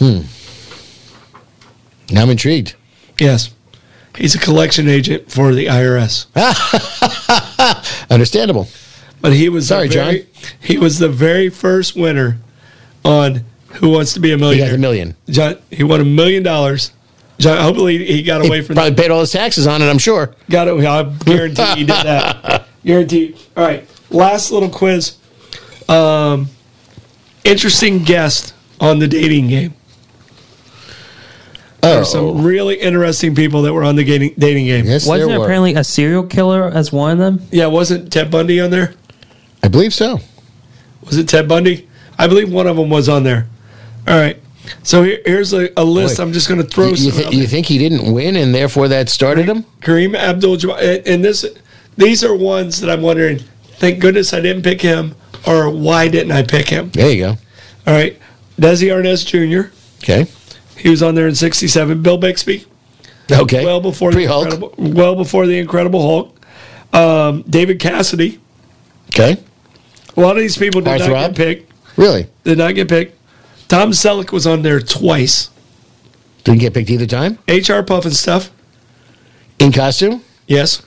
Speaker 2: Now I'm intrigued.
Speaker 1: Yes, he's a collection agent for the IRS.
Speaker 2: Understandable.
Speaker 1: But he was
Speaker 2: Sorry,
Speaker 1: the very, He was the very first winner on Who Wants to Be a
Speaker 2: He got
Speaker 1: Millionaire.
Speaker 2: the million.
Speaker 1: John, he won a million dollars. John, hopefully he got away
Speaker 2: He
Speaker 1: from
Speaker 2: probably paid all his taxes on it, I'm sure.
Speaker 1: Got it. I guarantee he did that. guarantee. All right. Last little quiz. Um, interesting guest on the dating game.
Speaker 2: Oh,
Speaker 1: There's some really interesting people that were on the dating, dating game.
Speaker 2: yes,
Speaker 3: Wasn't
Speaker 2: there
Speaker 3: there
Speaker 2: were.
Speaker 3: apparently a serial killer as one of them?
Speaker 1: Yeah, wasn't Ted Bundy on there?
Speaker 2: I believe so.
Speaker 1: Was it Ted Bundy? I believe one of them was on there. All right. So here, here's a, a list.
Speaker 2: Wait.
Speaker 1: I'm just going to
Speaker 2: You,
Speaker 1: throw
Speaker 2: you
Speaker 1: some.
Speaker 2: thi-
Speaker 1: out
Speaker 2: you
Speaker 1: there.
Speaker 2: think he didn't win, and therefore that started him?
Speaker 1: Kareem Abdul-Jabbar, and- and this, these are ones that I'm wondering. Thank goodness I didn't pick him, or why didn't I pick him?
Speaker 2: There you go.
Speaker 1: All right, Desi Arnaz Jr.
Speaker 2: Okay.
Speaker 1: He was on there in '67. Bill Bixby,
Speaker 2: Okay.
Speaker 1: well before the
Speaker 2: pre-Hulk.
Speaker 1: Incredible, well before the Incredible Hulk. Um, David Cassidy.
Speaker 2: Okay.
Speaker 1: A lot of these people did
Speaker 2: Arthur
Speaker 1: not
Speaker 2: Rob?
Speaker 1: get picked.
Speaker 2: Really
Speaker 1: Did not get picked. Tom Selleck was on there twice.
Speaker 2: didn't get picked either time
Speaker 1: H.R. Puff and stuff.
Speaker 2: in costume.
Speaker 1: Yes.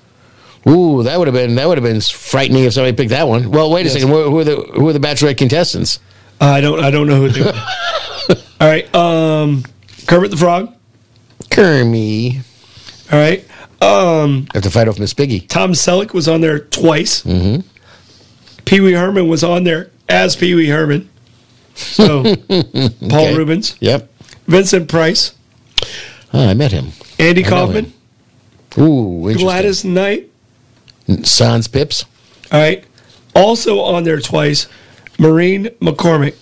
Speaker 2: Ooh, that would have been that would have been frightening if somebody picked that one. Well, wait a
Speaker 1: Yes.
Speaker 2: second. Who, who are the who are the Bachelorette contestants?
Speaker 1: Uh, I don't. I don't know who. They were. All right. Um, Kermit the Frog.
Speaker 2: Kermie. I
Speaker 1: All right.
Speaker 2: have to fight off Miss Piggy.
Speaker 1: Tom Selleck was on there twice.
Speaker 2: Mm-hmm.
Speaker 1: Pee Wee Herman was on there as Pee Wee Herman. So Paul
Speaker 2: Okay.
Speaker 1: Rubens,
Speaker 2: Yep.
Speaker 1: Vincent Price,
Speaker 2: Oh, I met him.
Speaker 1: Andy
Speaker 2: know
Speaker 1: Kaufman,
Speaker 2: him. Ooh, interesting.
Speaker 1: Gladys Knight.
Speaker 2: Sans Pips.
Speaker 1: All right. Also on there twice, Maureen McCormick.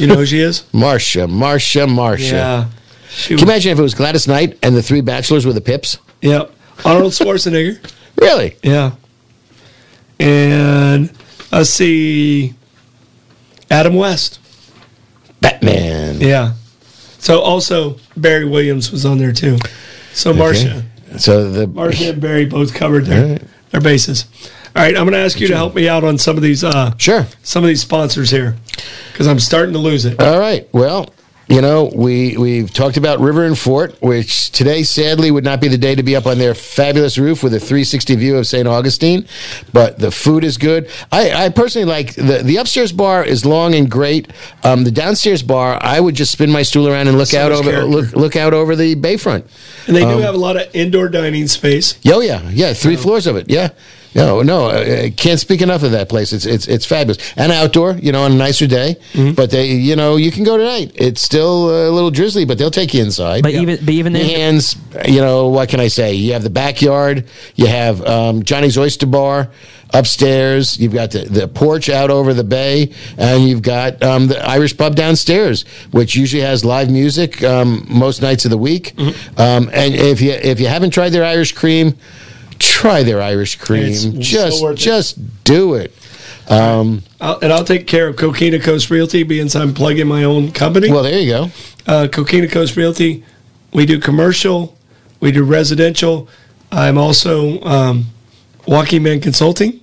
Speaker 1: You know who she is?
Speaker 2: Marcia, Marcia, Marcia.
Speaker 1: She
Speaker 2: Can you
Speaker 1: was,
Speaker 2: imagine if it was Gladys Knight and the three bachelors were the Pips?
Speaker 1: yep. Arnold Schwarzenegger.
Speaker 2: Really?
Speaker 1: Yeah. And let's see, Adam West.
Speaker 2: Batman.
Speaker 1: Yeah. So also Barry Williams was on there too. So Marcia,
Speaker 2: So the
Speaker 1: Martin and Barry both covered their,
Speaker 2: All right.
Speaker 1: their bases. All right, I'm going to ask you to help me out on some of these uh,
Speaker 2: sure.
Speaker 1: some of these sponsors here because I'm starting to lose it.
Speaker 2: All right. Well, you know, we we've talked about River and Fort, which today sadly would not be the day to be up on their fabulous roof with a 360 view of St. Augustine, but the food is good. I, I personally like the the upstairs bar is long and great. Um, the downstairs bar, I would just spin my stool around and look
Speaker 1: So
Speaker 2: out
Speaker 1: much
Speaker 2: over
Speaker 1: character.
Speaker 2: look look out over the bayfront.
Speaker 1: And they do
Speaker 2: Um,
Speaker 1: have a lot of indoor dining space.
Speaker 2: Yeah, Oh yeah, yeah, three floors of it. Yeah, no, no, I I can't speak enough of that place. It's it's it's fabulous and outdoor. You know, on a nicer day,
Speaker 3: Mm-hmm.
Speaker 2: but they, you know, you can go tonight. It's still a little drizzly, but they'll take you inside.
Speaker 3: But even but even if,
Speaker 2: Hands, you know, what can I say? You have the backyard, you have um, Johnny's Oyster Bar upstairs, you've got the, the porch out over the bay, and you've got um, the Irish pub downstairs, which usually has live music um, most nights of the week.
Speaker 1: Mm-hmm.
Speaker 2: Um, and if you if you haven't tried their Irish cream, try their Irish cream.
Speaker 1: It's so
Speaker 2: just
Speaker 1: worth it.
Speaker 2: just do it.
Speaker 1: I'll, and I'll take care of Coquina Coast Realty, being I'm plugging my own company.
Speaker 2: Well, there you go.
Speaker 1: uh, Coquina Coast Realty. We do commercial, we do residential. I'm also um, Walking Man Consulting.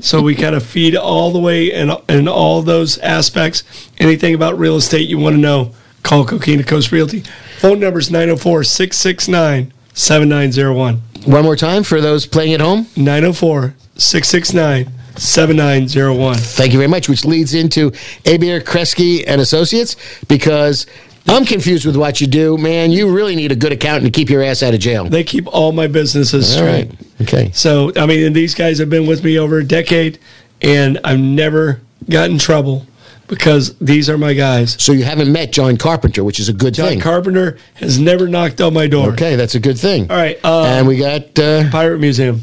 Speaker 1: so we kind of feed all the way in, in all those aspects. Anything about real estate you want to know, call Coquina Coast Realty. Phone number is 904 669 7901.
Speaker 2: One more time for those playing at home.
Speaker 1: 904 669 7901.
Speaker 2: Thank you very much, which leads into Abier Kresge and Associates because I'm confused with what you do. Man, you really need a good accountant to keep your ass out of jail.
Speaker 1: They keep all my businesses
Speaker 2: All
Speaker 1: straight.
Speaker 2: right. Okay.
Speaker 1: So I mean, and these guys have been with me over a decade, and I've never got in trouble because these are my guys.
Speaker 2: So you haven't met John Carpenter, which is a good
Speaker 1: John
Speaker 2: thing.
Speaker 1: Carpenter has never knocked on my door.
Speaker 2: okay, that's a good thing.
Speaker 1: All right, uh,
Speaker 2: and we got. Uh,
Speaker 1: Pirate Museum.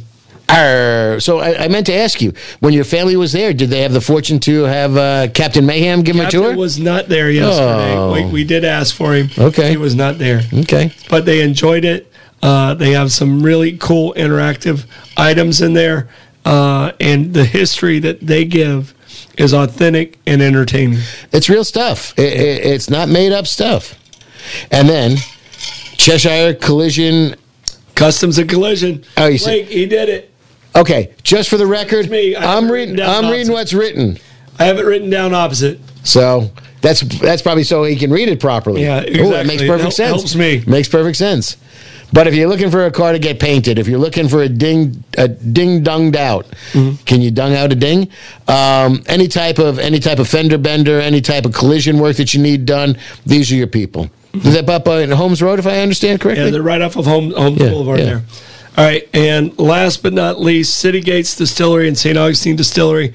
Speaker 2: our, so I, I meant to ask you when your family was there, did they have the fortune to have uh, Captain Mayhem give them a tour?
Speaker 1: Captain was not there yesterday.
Speaker 2: Oh.
Speaker 1: We, we did ask for him.
Speaker 2: Okay.
Speaker 1: He was not there.
Speaker 2: okay.
Speaker 1: But they enjoyed it. Uh, they have some really cool interactive items in there. Uh, and the history that they give is authentic and entertaining.
Speaker 2: It's real stuff. It, it, it's not made up stuff. And then Cheshire Collision
Speaker 1: Customs and collision.
Speaker 2: Oh, you see-
Speaker 1: Blake, he did it.
Speaker 2: Okay, just for the record,
Speaker 1: me. I
Speaker 2: I'm
Speaker 1: haven't
Speaker 2: reading.
Speaker 1: written down
Speaker 2: I'm
Speaker 1: nonsense.
Speaker 2: reading what's written.
Speaker 1: I have it written down opposite.
Speaker 2: So that's that's probably so he can read it properly.
Speaker 1: Yeah,
Speaker 2: Ooh, that makes
Speaker 1: exactly.
Speaker 2: perfect
Speaker 1: Hel-
Speaker 2: sense.
Speaker 1: helps me.
Speaker 2: Makes perfect sense. But if you're looking for a car to get painted, if you're looking for a ding a ding dunged out,
Speaker 1: Mm-hmm.
Speaker 2: can you dung out a ding? Um, any type of any type of fender bender, any type of collision work that you need done, these are your people. Is that up on Holmes Road, if I understand
Speaker 1: Mm-hmm.
Speaker 2: correctly?
Speaker 1: Yeah, they're right off of Home, Holmes
Speaker 2: Yeah,
Speaker 1: Boulevard
Speaker 2: yeah.
Speaker 1: there. All right, and last but not least, City Gates Distillery and St. Augustine Distillery.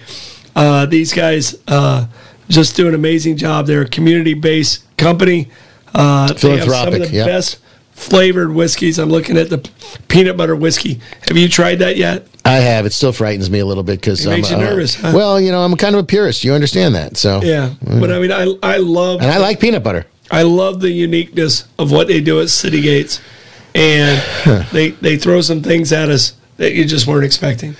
Speaker 1: Uh, these guys uh, just do an amazing job. They're a community-based company. Uh, they have some of
Speaker 2: Philanthropic,
Speaker 1: the
Speaker 2: yeah.
Speaker 1: best flavored whiskeys. I'm looking at the peanut butter whiskey. Have you tried that yet?
Speaker 2: I have. It still frightens me a little bit because
Speaker 1: It
Speaker 2: I'm
Speaker 1: makes you
Speaker 2: uh,
Speaker 1: nervous, huh?
Speaker 2: Well, you know, I'm kind of a purist. You understand that, so
Speaker 1: Yeah, but I mean, I I love
Speaker 2: Mm. And I like peanut butter.
Speaker 1: I love the uniqueness of what they do at City Gates, and they they throw some things at us that you just weren't expecting.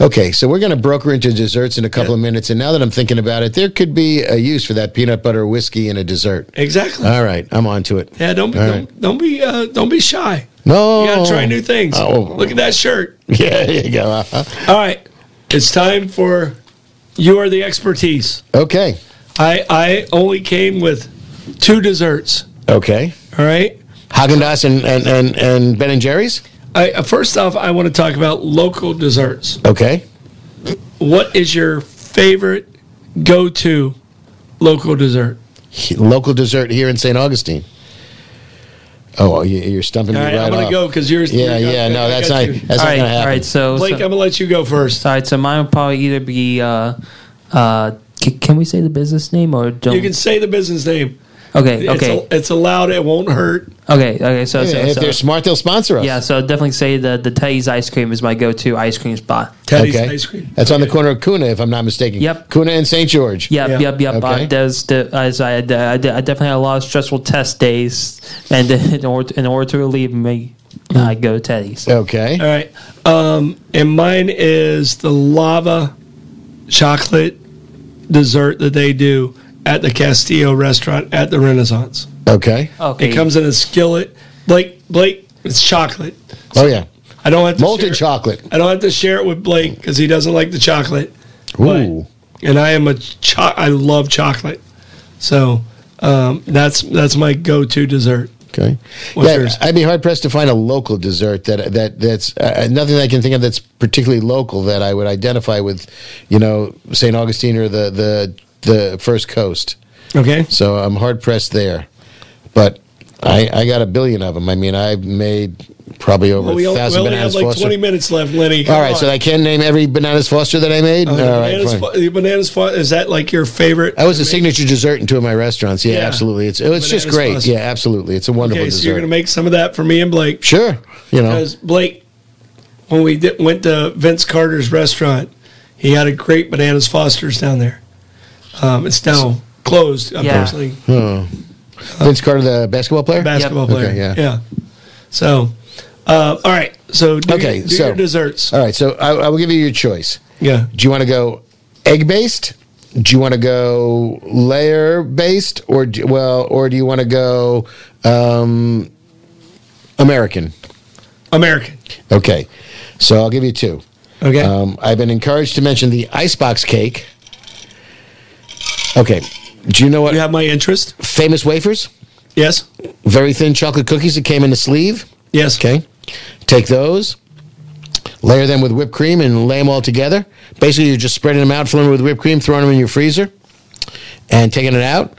Speaker 2: Okay, so we're going to broker into desserts in a couple of minutes. And now that I'm thinking about it, there could be a use for that peanut butter whiskey in a dessert.
Speaker 1: Exactly.
Speaker 2: All right, I'm on to it.
Speaker 1: yeah. Don't be
Speaker 2: Uh, All
Speaker 1: don't, don't be uh, don't be shy.
Speaker 2: No.
Speaker 1: You gotta try new things.
Speaker 2: Oh.
Speaker 1: Look at that shirt.
Speaker 2: Yeah, there you go. Uh-huh.
Speaker 1: All right, it's time for you are the expertise.
Speaker 2: Okay.
Speaker 1: I I only came with two desserts.
Speaker 2: Okay.
Speaker 1: All right.
Speaker 2: Haagen Dazs and, and, and, and Ben and Jerry's?
Speaker 1: I, uh, first off, I want to talk about local desserts.
Speaker 2: Okay.
Speaker 1: What is your favorite go-to local dessert?
Speaker 2: He- Local dessert here in St. Augustine. Oh, well, you- you're stumping
Speaker 1: All
Speaker 2: me
Speaker 1: right,
Speaker 2: right
Speaker 1: I'm gonna
Speaker 2: off.
Speaker 1: go because yours.
Speaker 2: Yeah,
Speaker 1: you got-
Speaker 2: yeah, no,
Speaker 1: I
Speaker 2: that's
Speaker 1: got
Speaker 2: not,
Speaker 1: you.
Speaker 2: that's
Speaker 3: all
Speaker 2: not
Speaker 3: right,
Speaker 2: going to
Speaker 3: all
Speaker 2: happen.
Speaker 3: right. So,
Speaker 1: Blake, I'm
Speaker 3: so,
Speaker 1: gonna let you go first.
Speaker 3: all right, so mine would probably either be uh, uh, c- can we say the business name or don't?
Speaker 1: You can say the business name.
Speaker 3: Um, okay,
Speaker 1: It's,
Speaker 3: okay,
Speaker 1: it's allowed. It won't hurt.
Speaker 3: okay, okay. So, so,
Speaker 2: Yeah, if
Speaker 3: so-
Speaker 2: they're smart, they'll sponsor us.
Speaker 3: yeah, so definitely say the the Teddy's ice cream is my go-to ice cream spot.
Speaker 1: Teddy's
Speaker 2: okay.
Speaker 1: ice cream.
Speaker 2: That's on the corner of Kuna, if I'm not mistaken.
Speaker 3: Yep.
Speaker 2: Kuna and St. George.
Speaker 3: Yep,
Speaker 1: Yeah.
Speaker 3: yep, yep.
Speaker 2: Okay.
Speaker 3: Uh, there's the, as I, I, I definitely had a lot of stressful test days, and in order in order to relieve me, I go to Teddy's.
Speaker 2: Okay.
Speaker 1: All right. Um, and mine is the lava chocolate dessert that they do at the Castillo restaurant at the Renaissance.
Speaker 2: Okay.
Speaker 3: Okay,
Speaker 1: It comes in a skillet. Blake, Blake, It's chocolate.
Speaker 2: Oh yeah,
Speaker 1: I don't have to
Speaker 2: molten
Speaker 1: share-
Speaker 2: chocolate.
Speaker 1: I don't have to share it with Blake because he doesn't like the chocolate. But-
Speaker 2: Ooh.
Speaker 1: and I am a cho- I love chocolate, so um, that's that's my go-to dessert.
Speaker 2: Okay.
Speaker 1: What's
Speaker 2: yeah,
Speaker 1: yours?
Speaker 2: I'd be hard pressed to find a local dessert that that that's uh, nothing I can think of that's particularly local that I would identify with, you know, St. Augustine or the the the First Coast.
Speaker 1: Okay.
Speaker 2: So I'm hard pressed there, but I I got a billion of them. I mean, I've made probably over
Speaker 1: Well, we,
Speaker 2: a
Speaker 1: only- we
Speaker 2: thousand
Speaker 1: only have
Speaker 2: bananas
Speaker 1: like
Speaker 2: Foster.
Speaker 1: 20 minutes left, Lenny.
Speaker 2: All
Speaker 1: Come
Speaker 2: right,
Speaker 1: on.
Speaker 2: so I can name every bananas Foster that I made.
Speaker 1: Uh,
Speaker 2: All right,
Speaker 1: bananas,
Speaker 2: fine.
Speaker 1: fo- bananas fo- is that like your favorite?
Speaker 2: That was a signature dessert in two of my restaurants. Yeah,
Speaker 1: Yeah.
Speaker 2: absolutely. It's it's just
Speaker 1: Bananas
Speaker 2: great.
Speaker 1: Foster.
Speaker 2: Yeah, absolutely. It's a wonderful
Speaker 1: Okay, so
Speaker 2: dessert.
Speaker 1: you're gonna make some of that for me and Blake
Speaker 2: sure, you know.
Speaker 1: because Blake, when we did, went to Vince Carter's restaurant, he had a great bananas Foster's down there. Um, it's now closed, unfortunately.
Speaker 2: Hmm. Vince Carter, the basketball player.
Speaker 1: Basketball
Speaker 2: Yep.
Speaker 1: player,
Speaker 2: Okay, yeah.
Speaker 1: yeah. So, uh, all right. So, do
Speaker 2: Okay,
Speaker 1: your, do
Speaker 2: so- Uh,
Speaker 1: your desserts.
Speaker 2: All right, so I, I will give you your choice.
Speaker 1: Yeah.
Speaker 2: Do you want to go egg based? Do you want to go layer based, or do, well, or do you want to go um, American?
Speaker 1: American.
Speaker 2: Okay, so I'll give you two.
Speaker 1: Okay.
Speaker 2: Um, I've been encouraged to mention the icebox cake. Okay, do you know what
Speaker 1: you have my interest?
Speaker 2: famous wafers?
Speaker 1: Yes.
Speaker 2: Very thin chocolate cookies that came in a sleeve.
Speaker 1: Yes.
Speaker 2: Okay. Take those, layer them with whipped cream, and lay them all together. Basically, you're just spreading them out, filling them with whipped cream, throwing them in your freezer, and taking it out.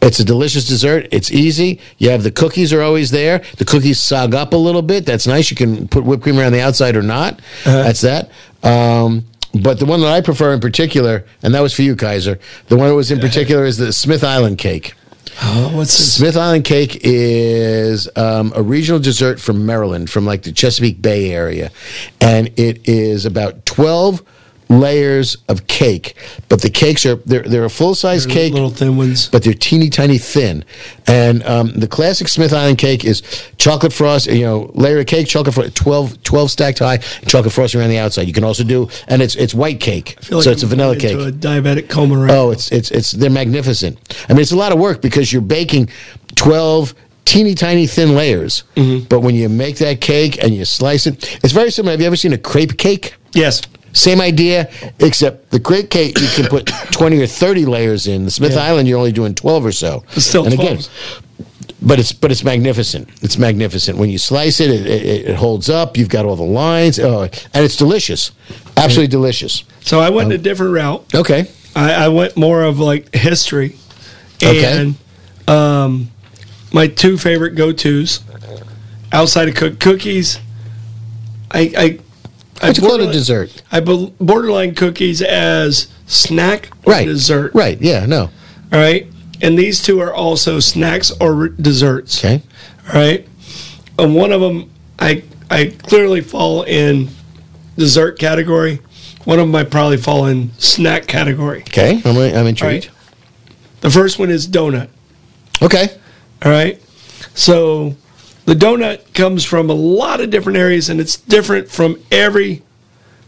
Speaker 2: It's a delicious dessert. It's easy. You have the cookies are always there. The cookies sog up a little bit. That's nice. You can put whipped cream around the outside or not. That's that. Um, but the one that I prefer in particular, and that was for you, Kaiser. The one that was in particular is the Smith Island cake.
Speaker 1: Oh, what's this?
Speaker 2: Smith Island cake is um, a regional dessert from Maryland, from like the Chesapeake Bay area, and it is about twelve layers of cake. But the cakes are they're they're a full size cake,
Speaker 1: Little thin ones.
Speaker 2: but they're teeny tiny thin. And um, the classic Smith Island cake is chocolate frost, you know, layer of cake, chocolate frost, 12, 12 stacked high, and chocolate frosting around the outside. You can also do, and it's it's white cake,
Speaker 1: I feel like
Speaker 2: so it's a
Speaker 1: I'm
Speaker 2: vanilla
Speaker 1: going
Speaker 2: cake.
Speaker 1: into A diabetic coma right
Speaker 2: Oh, it's it's it's they're magnificent. I mean, it's a lot of work because you're baking twelve teeny tiny thin layers.
Speaker 1: Mm-hmm.
Speaker 2: But when you make that cake and you slice it, it's very similar. Have you ever seen a crepe cake?
Speaker 1: Yes.
Speaker 2: Same idea, except the crepe cake you can put twenty or thirty layers in. The Smith
Speaker 1: Yeah.
Speaker 2: Island you're only doing twelve or so.
Speaker 1: It's still
Speaker 2: and
Speaker 1: 12.
Speaker 2: again, but it's but it's magnificent. It's magnificent when you slice it. It, it, it holds up. You've got all the lines, oh, and it's delicious, absolutely delicious.
Speaker 1: so I
Speaker 2: Oh.
Speaker 1: went a different route.
Speaker 2: Okay,
Speaker 1: I, I went more of like history.
Speaker 2: Okay.
Speaker 1: And um, my two favorite go tos outside of cook cookies. I I I
Speaker 2: what's it called a
Speaker 1: borderline-
Speaker 2: dessert?
Speaker 1: I bel- borderline cookies as snack or
Speaker 2: right
Speaker 1: dessert.
Speaker 2: right yeah no
Speaker 1: All right. And these two are also snacks or r- desserts.
Speaker 2: okay
Speaker 1: All right. And one of them, I I clearly fall in dessert category. One of them, I probably fall in snack category.
Speaker 2: okay i'm, I'm
Speaker 1: All
Speaker 2: intrigued
Speaker 1: right. The first one is donut.
Speaker 2: okay
Speaker 1: All right. So the donut comes from a lot of different areas and it's different from every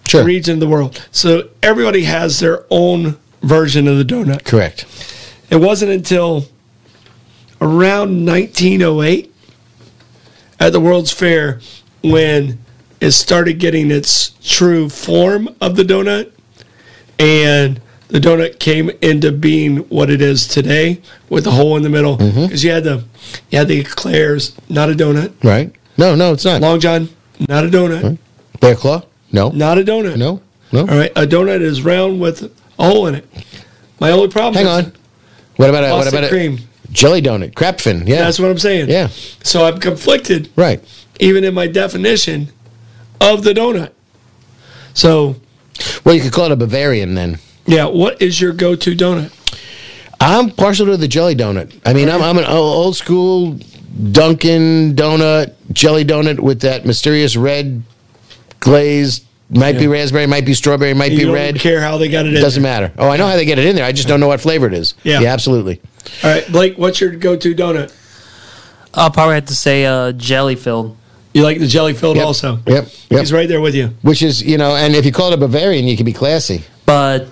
Speaker 2: sure
Speaker 1: region of the world. So everybody has their own version of the donut.
Speaker 2: correct
Speaker 1: It wasn't until around 1908 at the World's Fair when it started getting its true form of the donut and the donut came into being what it is today with the hole in the middle because
Speaker 2: Mm-hmm.
Speaker 1: you had the you had the eclairs not a donut
Speaker 2: right no no it's not
Speaker 1: long john not a donut
Speaker 2: bear claw no no
Speaker 1: not a donut
Speaker 2: no, no.
Speaker 1: all right a donut is round with a hole in it my only problem
Speaker 2: hang
Speaker 1: is
Speaker 2: on what about a what
Speaker 1: Boston
Speaker 2: about
Speaker 1: cream.
Speaker 2: a jelly donut crapfin yeah
Speaker 1: that's what i'm saying
Speaker 2: Yeah.
Speaker 1: so i'm conflicted
Speaker 2: right
Speaker 1: even in my definition of the donut. So,
Speaker 2: well you could call it a bavarian then
Speaker 1: yeah, what is your go-to donut?
Speaker 2: i'm partial to the jelly donut i mean i'm, I'm an o- old school dunkin donut jelly donut with that mysterious red glazed might be
Speaker 1: Yeah.
Speaker 2: raspberry might be strawberry might
Speaker 1: You
Speaker 2: be
Speaker 1: don't
Speaker 2: red
Speaker 1: care how they got it in.
Speaker 2: doesn't matter oh i know how they get it in there i just don't know what flavor it is
Speaker 1: Yeah.
Speaker 2: yeah absolutely
Speaker 1: All right, Blake, what's your go-to donut?
Speaker 3: I'll probably have to say uh, jelly filled.
Speaker 1: You like the jelly filled also.
Speaker 2: Yep. Yep.
Speaker 1: He's right there with you.
Speaker 2: Which is, you know, and if you call it a Bavarian, you can be classy.
Speaker 3: But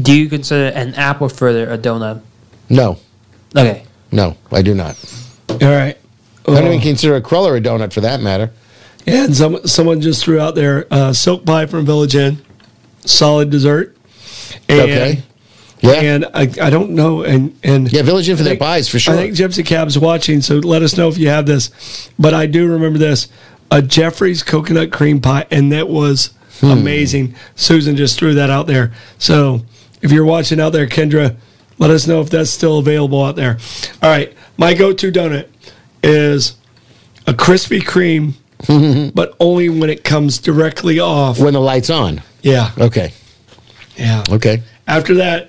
Speaker 3: do you consider an apple further a donut?
Speaker 2: No,
Speaker 3: Okay.
Speaker 2: no, I do not.
Speaker 1: All right. Uh,
Speaker 2: I don't even consider a cruller a donut for that matter.
Speaker 1: And some, someone just threw out there uh, silk pie from Village Inn, solid dessert. And,
Speaker 2: Okay. Yeah.
Speaker 1: And I, I don't know. And, and
Speaker 2: yeah, Village Inn for
Speaker 1: I
Speaker 2: their
Speaker 1: think-
Speaker 2: pies for sure.
Speaker 1: I think Gypsy Cab's watching, so let us know if you have this. But I do remember this a Jeffrey's coconut cream pie, and that was
Speaker 2: Hmm.
Speaker 1: amazing. Susan just threw that out there. So if you're watching out there, Kendra, let us know if that's still available out there. All right, my go to donut is a Krispy Kreme, but only when it comes directly off.
Speaker 2: when the light's on.
Speaker 1: Yeah,
Speaker 2: Okay.
Speaker 1: yeah.
Speaker 2: Okay.
Speaker 1: After that,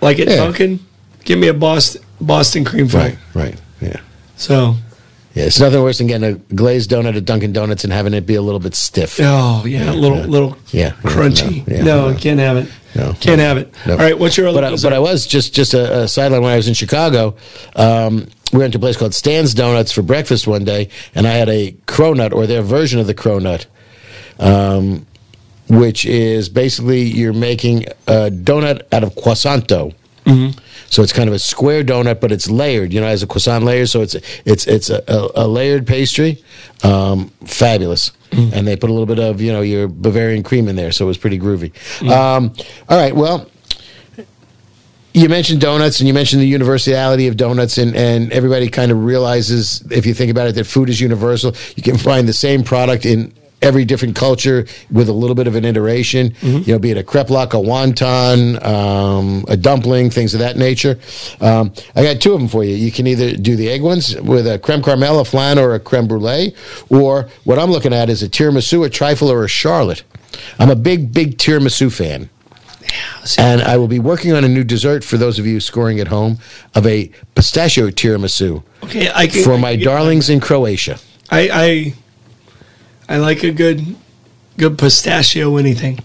Speaker 1: like at
Speaker 2: Yeah.
Speaker 1: Dunkin', give me a Boston, Boston cream pie.
Speaker 2: Right. Right. Yeah.
Speaker 1: So
Speaker 2: Yeah, it's nothing worse than getting a glazed donut at Dunkin' Donuts and having it be a little bit stiff.
Speaker 1: Oh yeah, a little
Speaker 2: yeah.
Speaker 1: little
Speaker 2: Yeah, yeah,
Speaker 1: crunchy.
Speaker 2: no, yeah,
Speaker 1: no,
Speaker 2: no.
Speaker 1: can't have it.
Speaker 2: No.
Speaker 1: can't have it.
Speaker 2: No.
Speaker 1: All right, what's your other?
Speaker 2: But I, but I was just just a, a sideline when I was in Chicago. Um, we went to a place called Stan's Donuts for breakfast one day, and I had a cronut or their version of the cronut, um, which is basically you're making a donut out of croissanto. So it's kind of a square donut, but it's layered. You know, as a croissant layer, so it's it's it's a, a, a layered pastry. Um, fabulous, and they put a little bit of you know your Bavarian cream in there, so it was pretty groovy. Um, all right, well, you mentioned donuts and you mentioned the universality of donuts and, and everybody kind of realizes if you think about it that food is universal you can find the same product in every different culture with a little bit of an iteration you know be it a kreplach a wonton um, a dumpling things of that nature um, i got two of them for you you can either do the egg ones with a creme caramel a flan or a creme brulee or what i'm looking at is a tiramisu a trifle or a charlotte i'm a big big tiramisu fan and I will be working on a new dessert for those of you scoring at home of a pistachio tiramisu
Speaker 1: okay, I can,
Speaker 2: for my
Speaker 1: I,
Speaker 2: darlings in Croatia.
Speaker 1: I I I like a good good pistachio anything.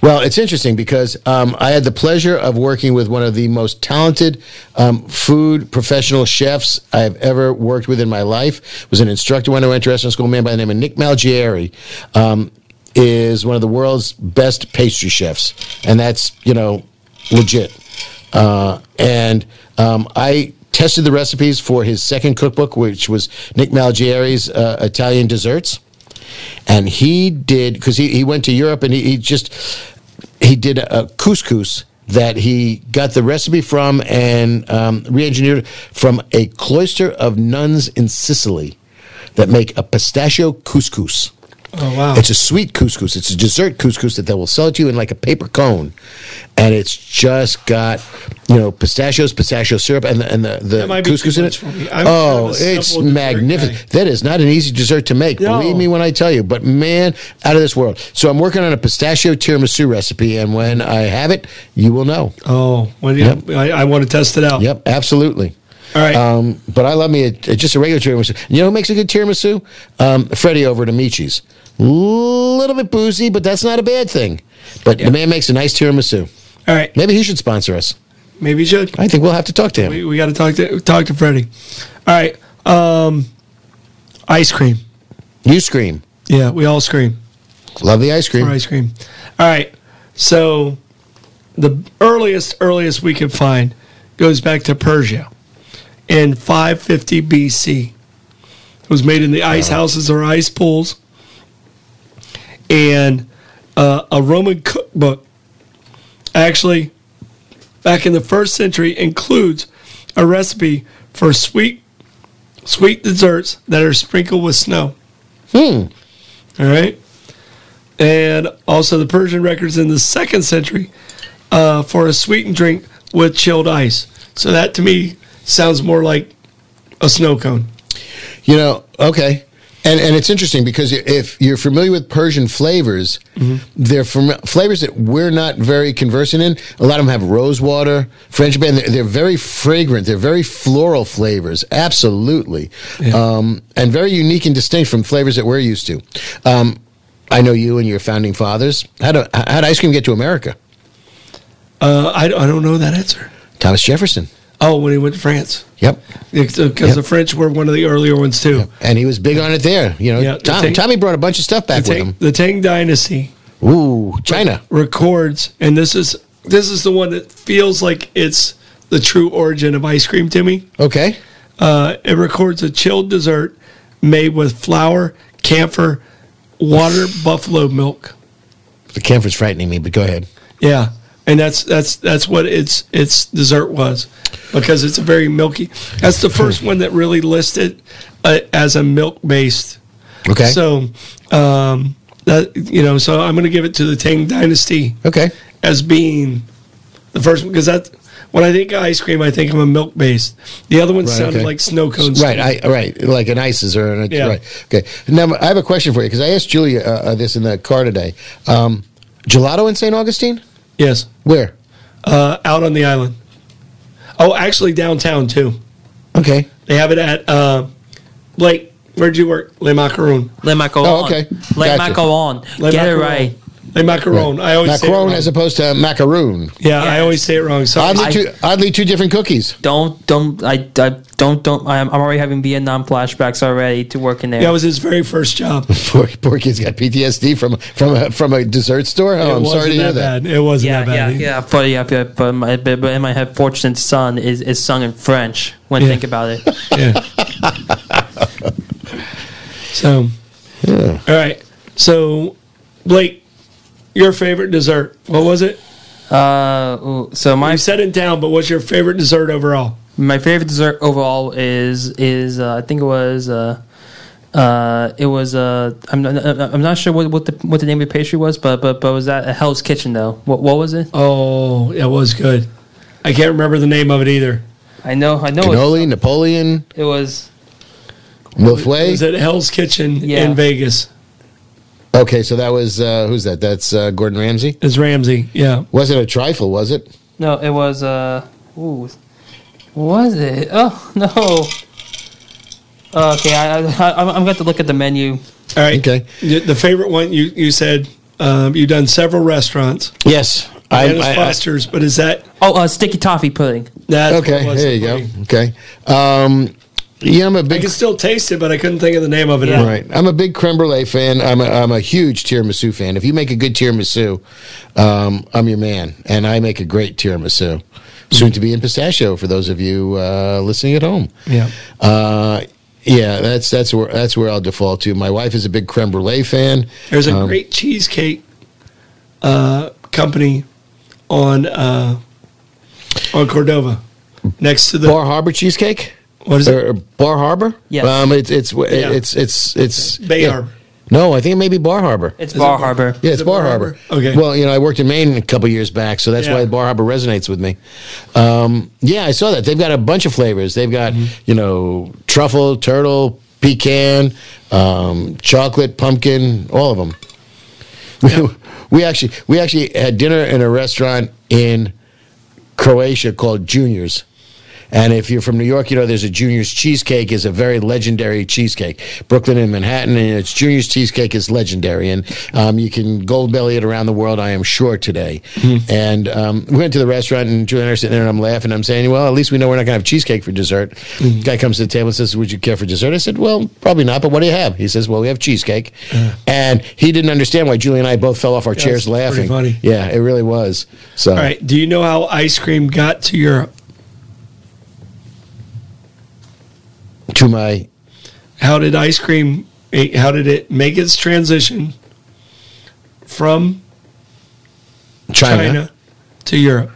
Speaker 2: Well, it's interesting because um, I had the pleasure of working with one of the most talented um, food professional chefs I have ever worked with in my life. Was an instructor when I went to restaurant school. A man by the name of Nick Malgieri um, is one of the world's best pastry chefs, and that's you know legit. Uh, and um, I tested the recipes for his second cookbook, which was Nick Malgieri's uh, Italian desserts. And he did because he, he went to Europe and he, he just he did a couscous that he got the recipe from and um, re-engineered from a cloister of nuns in Sicily that make a pistachio couscous.
Speaker 1: Oh wow,
Speaker 2: It's a sweet couscous. It's a dessert couscous that they will sell to you in like a paper cone, and it's just got you know pistachios, pistachio syrup, and the and the, the
Speaker 1: That might be
Speaker 2: couscous
Speaker 1: too
Speaker 2: in
Speaker 1: much
Speaker 2: it.
Speaker 1: for me. I'm
Speaker 2: Oh,
Speaker 1: kind of a
Speaker 2: it's
Speaker 1: simple dessert
Speaker 2: magnificent. That is not an easy dessert to make.
Speaker 1: No.
Speaker 2: Believe me when I tell you. But man, out of this world. So I'm working on a pistachio tiramisu recipe, and when I have it, you will know.
Speaker 1: oh, well, yeah,
Speaker 2: Yep.
Speaker 1: I, I want to test it out.
Speaker 2: Yep, absolutely.
Speaker 1: All right,
Speaker 2: Um, but I love me a, a- just a regular tiramisu. You know who makes a good tiramisu? Um, Freddie over at Amici's. Little bit boozy, but that's not a bad thing. But the man makes a nice tiramisu.
Speaker 1: all right,
Speaker 2: Maybe he should sponsor us.
Speaker 1: maybe you should.
Speaker 2: I think we'll have to talk to him.
Speaker 1: We, we got to talk to talk to Freddie. All right, um, ice cream.
Speaker 2: You scream.
Speaker 1: Yeah, we all scream.
Speaker 2: Love the ice cream.
Speaker 1: for ice cream. All right. So the earliest, earliest we could find goes back to Persia in 550 BC. It was made in the ice houses or ice pools. And uh, a Roman cookbook actually, back in the first century, includes a recipe for sweet sweet desserts that are sprinkled with snow. Hmm. All right. And also the Persian records in the second century uh, for a sweetened drink with chilled ice. So that to me sounds more like a snow cone.
Speaker 2: You know, okay. And, and it's interesting because if you're familiar with Persian flavors,
Speaker 1: Mm-hmm.
Speaker 2: they're from flavors that we're not very conversant in. A lot of them have rose water, French band. They're, they're very fragrant. They're very floral flavors, absolutely, um, and very unique and distinct from flavors that we're used to. Um, I know you and your founding fathers. How do how did ice cream get to America?
Speaker 1: Uh, I, I don't know that answer.
Speaker 2: Thomas Jefferson.
Speaker 1: Oh, when he went to France.
Speaker 2: Yep.
Speaker 1: Because
Speaker 2: Yep.
Speaker 1: the French were one of the earlier ones too.
Speaker 2: And he was big on it there. You know,
Speaker 1: Yeah, the
Speaker 2: Tom,
Speaker 1: thing-
Speaker 2: Tommy brought a bunch of stuff
Speaker 1: The,
Speaker 2: back with
Speaker 1: Tang,
Speaker 2: him.
Speaker 1: the Tang Dynasty
Speaker 2: Ooh, China.
Speaker 1: records, and this is this is the one that feels like it's the true origin of ice cream to me.
Speaker 2: Okay.
Speaker 1: Uh, it records a chilled dessert made with flour, camphor, water, buffalo milk.
Speaker 2: The camphor's frightening me, but go ahead.
Speaker 1: Yeah, and that's that's that's what its its dessert was, because it's a very milky. That's the first one that really listed uh, as a milk based.
Speaker 2: Okay.
Speaker 1: So, um, that you know, so I'm going to give it to the Tang Dynasty
Speaker 2: okay.
Speaker 1: as being the first one because that when I think of ice cream, I think of a milk based. The other one
Speaker 2: Right,
Speaker 1: sounded
Speaker 2: okay.
Speaker 1: like snow cones. to
Speaker 2: Right,
Speaker 1: me.
Speaker 2: I, right, like an ISIS or an
Speaker 1: Yeah.
Speaker 2: right. Okay, now I have a question for you because I asked Julia uh, uh, this in the car today. Um, gelato in St. Augustine?
Speaker 1: yes,
Speaker 2: Where?
Speaker 1: uh, out on the island. Oh, actually, downtown too.
Speaker 2: Okay.
Speaker 1: They have it at uh, Blake. Where'd you work? Le Macaron.
Speaker 3: Let my go
Speaker 2: Oh,
Speaker 3: on.
Speaker 2: okay.
Speaker 3: Let
Speaker 2: Gotcha.
Speaker 3: my go on.
Speaker 1: Le
Speaker 3: Get it
Speaker 1: Macaron.
Speaker 3: right.
Speaker 1: Le Macaron. I always say it
Speaker 2: Macaron
Speaker 1: wrong.
Speaker 2: as opposed to macaroon.
Speaker 1: yeah, I
Speaker 3: Yeah.
Speaker 1: always say it wrong. So
Speaker 2: Oddly,
Speaker 3: I-
Speaker 2: two, oddly, two different cookies.
Speaker 3: Don't don't I, I don't don't I'm, I'm already having Vietnam flashbacks already to working there.
Speaker 1: that was his very first job.
Speaker 2: Poor, poor kid's got PTSD from from a, from a dessert store. Oh,
Speaker 1: it
Speaker 2: I'm
Speaker 1: wasn't
Speaker 2: sorry to hear that.
Speaker 1: bad. It wasn't
Speaker 3: yeah,
Speaker 1: that bad.
Speaker 3: yeah,
Speaker 1: either.
Speaker 3: yeah, but yeah, but, but, my, but, but in my head, "Fortunate Son" is, is sung in French. When
Speaker 1: Yeah.
Speaker 3: think about it,
Speaker 1: Yeah. so, all right. So, Blake, your favorite dessert? What was it?
Speaker 3: uh, ooh, so my
Speaker 1: I said it down, but what's your favorite dessert overall?
Speaker 3: my favorite dessert overall is is uh, I think it was uh, uh, it was uh, I'm not, I'm not sure what, what the what the name of the pastry was, but but but it was that Hell's Kitchen though? What what was it?
Speaker 1: Oh, it was good. I can't remember the name of it either.
Speaker 3: I know I know it-
Speaker 2: Cannoli, Napoleon,
Speaker 3: it was
Speaker 1: It was
Speaker 2: Milfway.
Speaker 1: at Hell's Kitchen
Speaker 3: Yeah.
Speaker 1: in Vegas.
Speaker 2: Okay, so that was uh, who's that? That's uh, Gordon Ramsay.
Speaker 1: It's Ramsey. Yeah.
Speaker 2: Wasn't a trifle, was it?
Speaker 3: no it was uh ooh, what was it? Oh no. Okay, I, I, I, I'm going to look at the menu.
Speaker 1: All right.
Speaker 2: Okay.
Speaker 1: Y- The favorite one you you said um, you've done several restaurants.
Speaker 2: Yes, I.
Speaker 1: Dennis
Speaker 2: I- I-
Speaker 1: Foster's, but is that
Speaker 3: Oh, uh, sticky toffee pudding.
Speaker 1: that's what it
Speaker 2: okay,
Speaker 1: was.
Speaker 2: there you go. Okay, um, yeah, I'm a
Speaker 1: I
Speaker 2: big
Speaker 1: can still taste it, but I couldn't think of the name of it.
Speaker 3: Yeah.
Speaker 2: Right. I'm a big creme brulee fan. I'm a, I'm a huge tiramisu fan. If you make a good tiramisu, um, I'm your man. And I make a great tiramisu. Soon to be in pistachio for those of you uh, listening at home.
Speaker 1: Yeah.
Speaker 2: Uh, yeah, that's that's where that's where I'll default to. My wife is a big creme brulee fan.
Speaker 1: There's
Speaker 2: Um,
Speaker 1: a great cheesecake uh, company on uh, on Cordova next to the
Speaker 2: Bar er, Harbor cheesecake.
Speaker 1: What is it?
Speaker 2: Or Bar Harbor?
Speaker 3: Yes.
Speaker 2: Um, it's it's
Speaker 1: Yeah.
Speaker 2: it's it's it's
Speaker 1: Bay
Speaker 2: yeah.
Speaker 1: Harbor.
Speaker 2: No, I think it may be Bar Harbor.
Speaker 3: It's Bar Harbor.
Speaker 2: Yeah, it's
Speaker 1: it
Speaker 2: Bar,
Speaker 1: Bar
Speaker 2: Harbor.
Speaker 1: Harbor? Okay.
Speaker 2: Well, you know, I worked in Maine a couple years back, so that's
Speaker 1: Yeah.
Speaker 2: why Bar Harbor resonates with me. Um, yeah, I saw that. They've got a bunch of flavors. They've got, you know, truffle, turtle, pecan, um, chocolate, pumpkin, all of them. we actually we actually had dinner in a restaurant in Croatia called Juniors. And if you're from New York, you know there's a Junior's Cheesecake is a very legendary cheesecake. Brooklyn and Manhattan, and it's Junior's Cheesecake is legendary, and um, you can gold belly it around the world. I am sure today.
Speaker 1: Hmm.
Speaker 2: And um, we went to the restaurant, and Julian and I are sitting there, and I'm laughing. I'm saying, well, at least we know we're not going to have cheesecake for dessert.
Speaker 1: Hmm.
Speaker 2: Guy comes to the table and says, "Would you care for dessert?" I said, "Well, probably not, but what do you have?" He says, "Well, we have cheesecake," and he didn't understand why Julie and I both fell off our chairs
Speaker 1: it's pretty
Speaker 2: laughing.
Speaker 1: funny.
Speaker 2: Yeah, it really was. So,
Speaker 1: All right. Do you know how ice cream got to Europe?
Speaker 2: to my
Speaker 1: How did ice cream? eh, How did it make its transition from China, to Europe?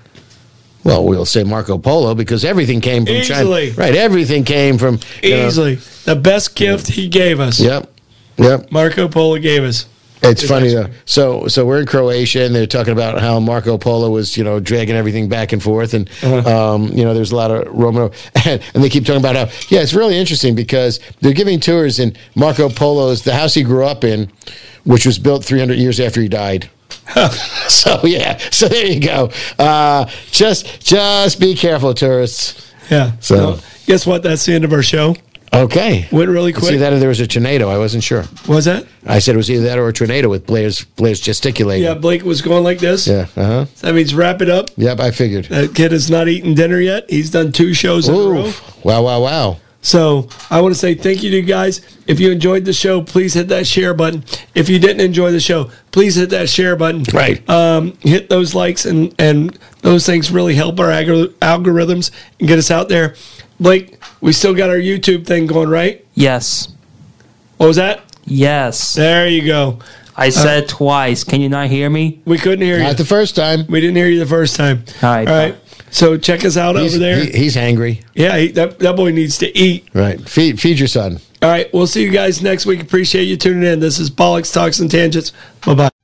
Speaker 2: Well, we'll say Marco Polo because everything came from
Speaker 1: Easily.
Speaker 2: China. Right, everything came from you know,
Speaker 1: Easily, the best gift he gave us.
Speaker 2: Yep. Yep.
Speaker 1: Marco Polo gave us.
Speaker 2: It's
Speaker 1: It's
Speaker 2: funny
Speaker 1: ice
Speaker 2: though. So so we're in Croatia and they're talking about how Marco Polo was, you know, dragging everything back and forth and
Speaker 1: Uh-huh.
Speaker 2: um, you know, there's a lot of Roman and, and they keep talking about how yeah, it's really interesting because they're giving tours in Marco Polo's the house he grew up in, which was built 300 years after he died. so yeah, so there you go. Uh, just just be careful, tourists.
Speaker 1: Yeah.
Speaker 2: So-
Speaker 1: guess what? That's the end of our show.
Speaker 2: Okay.
Speaker 1: Went really
Speaker 2: It's either
Speaker 1: quick.
Speaker 2: that or there was a tornado. I wasn't sure.
Speaker 1: Was that?
Speaker 2: I said it was either that or a tornado with Blair's Blair's gesticulating.
Speaker 1: Yeah. Blake was going like this.
Speaker 2: Yeah. Uh huh.
Speaker 1: That means wrap it up.
Speaker 2: Yep. I figured.
Speaker 1: That kid has not eaten dinner yet. He's done two shows in a row.
Speaker 2: Oof. Wow. Wow. Wow.
Speaker 1: So I want to say thank you to you guys. If you enjoyed the show, please hit that share button. If you didn't enjoy the show, please hit that share button.
Speaker 2: Right.
Speaker 1: Um, hit those likes and and those things really help our agor- algorithms and get us out there. Blake, We still got our YouTube thing going, right?
Speaker 3: Yes.
Speaker 1: What was that?
Speaker 3: Yes.
Speaker 1: There you go.
Speaker 3: I
Speaker 1: Uh,
Speaker 3: said twice. Can you not hear me?
Speaker 1: We couldn't hear you.
Speaker 2: Not the first time.
Speaker 1: we didn't hear you the first time.
Speaker 3: All right.
Speaker 1: All right. So check us out
Speaker 2: He's,
Speaker 1: over there.
Speaker 2: he- he's hangry.
Speaker 1: yeah, he, that, that boy needs to eat.
Speaker 2: Right. Feed feed your son.
Speaker 1: All right. We'll see you guys next week. Appreciate you tuning in. This is Bollocks Talks and Tangents. Bye bye.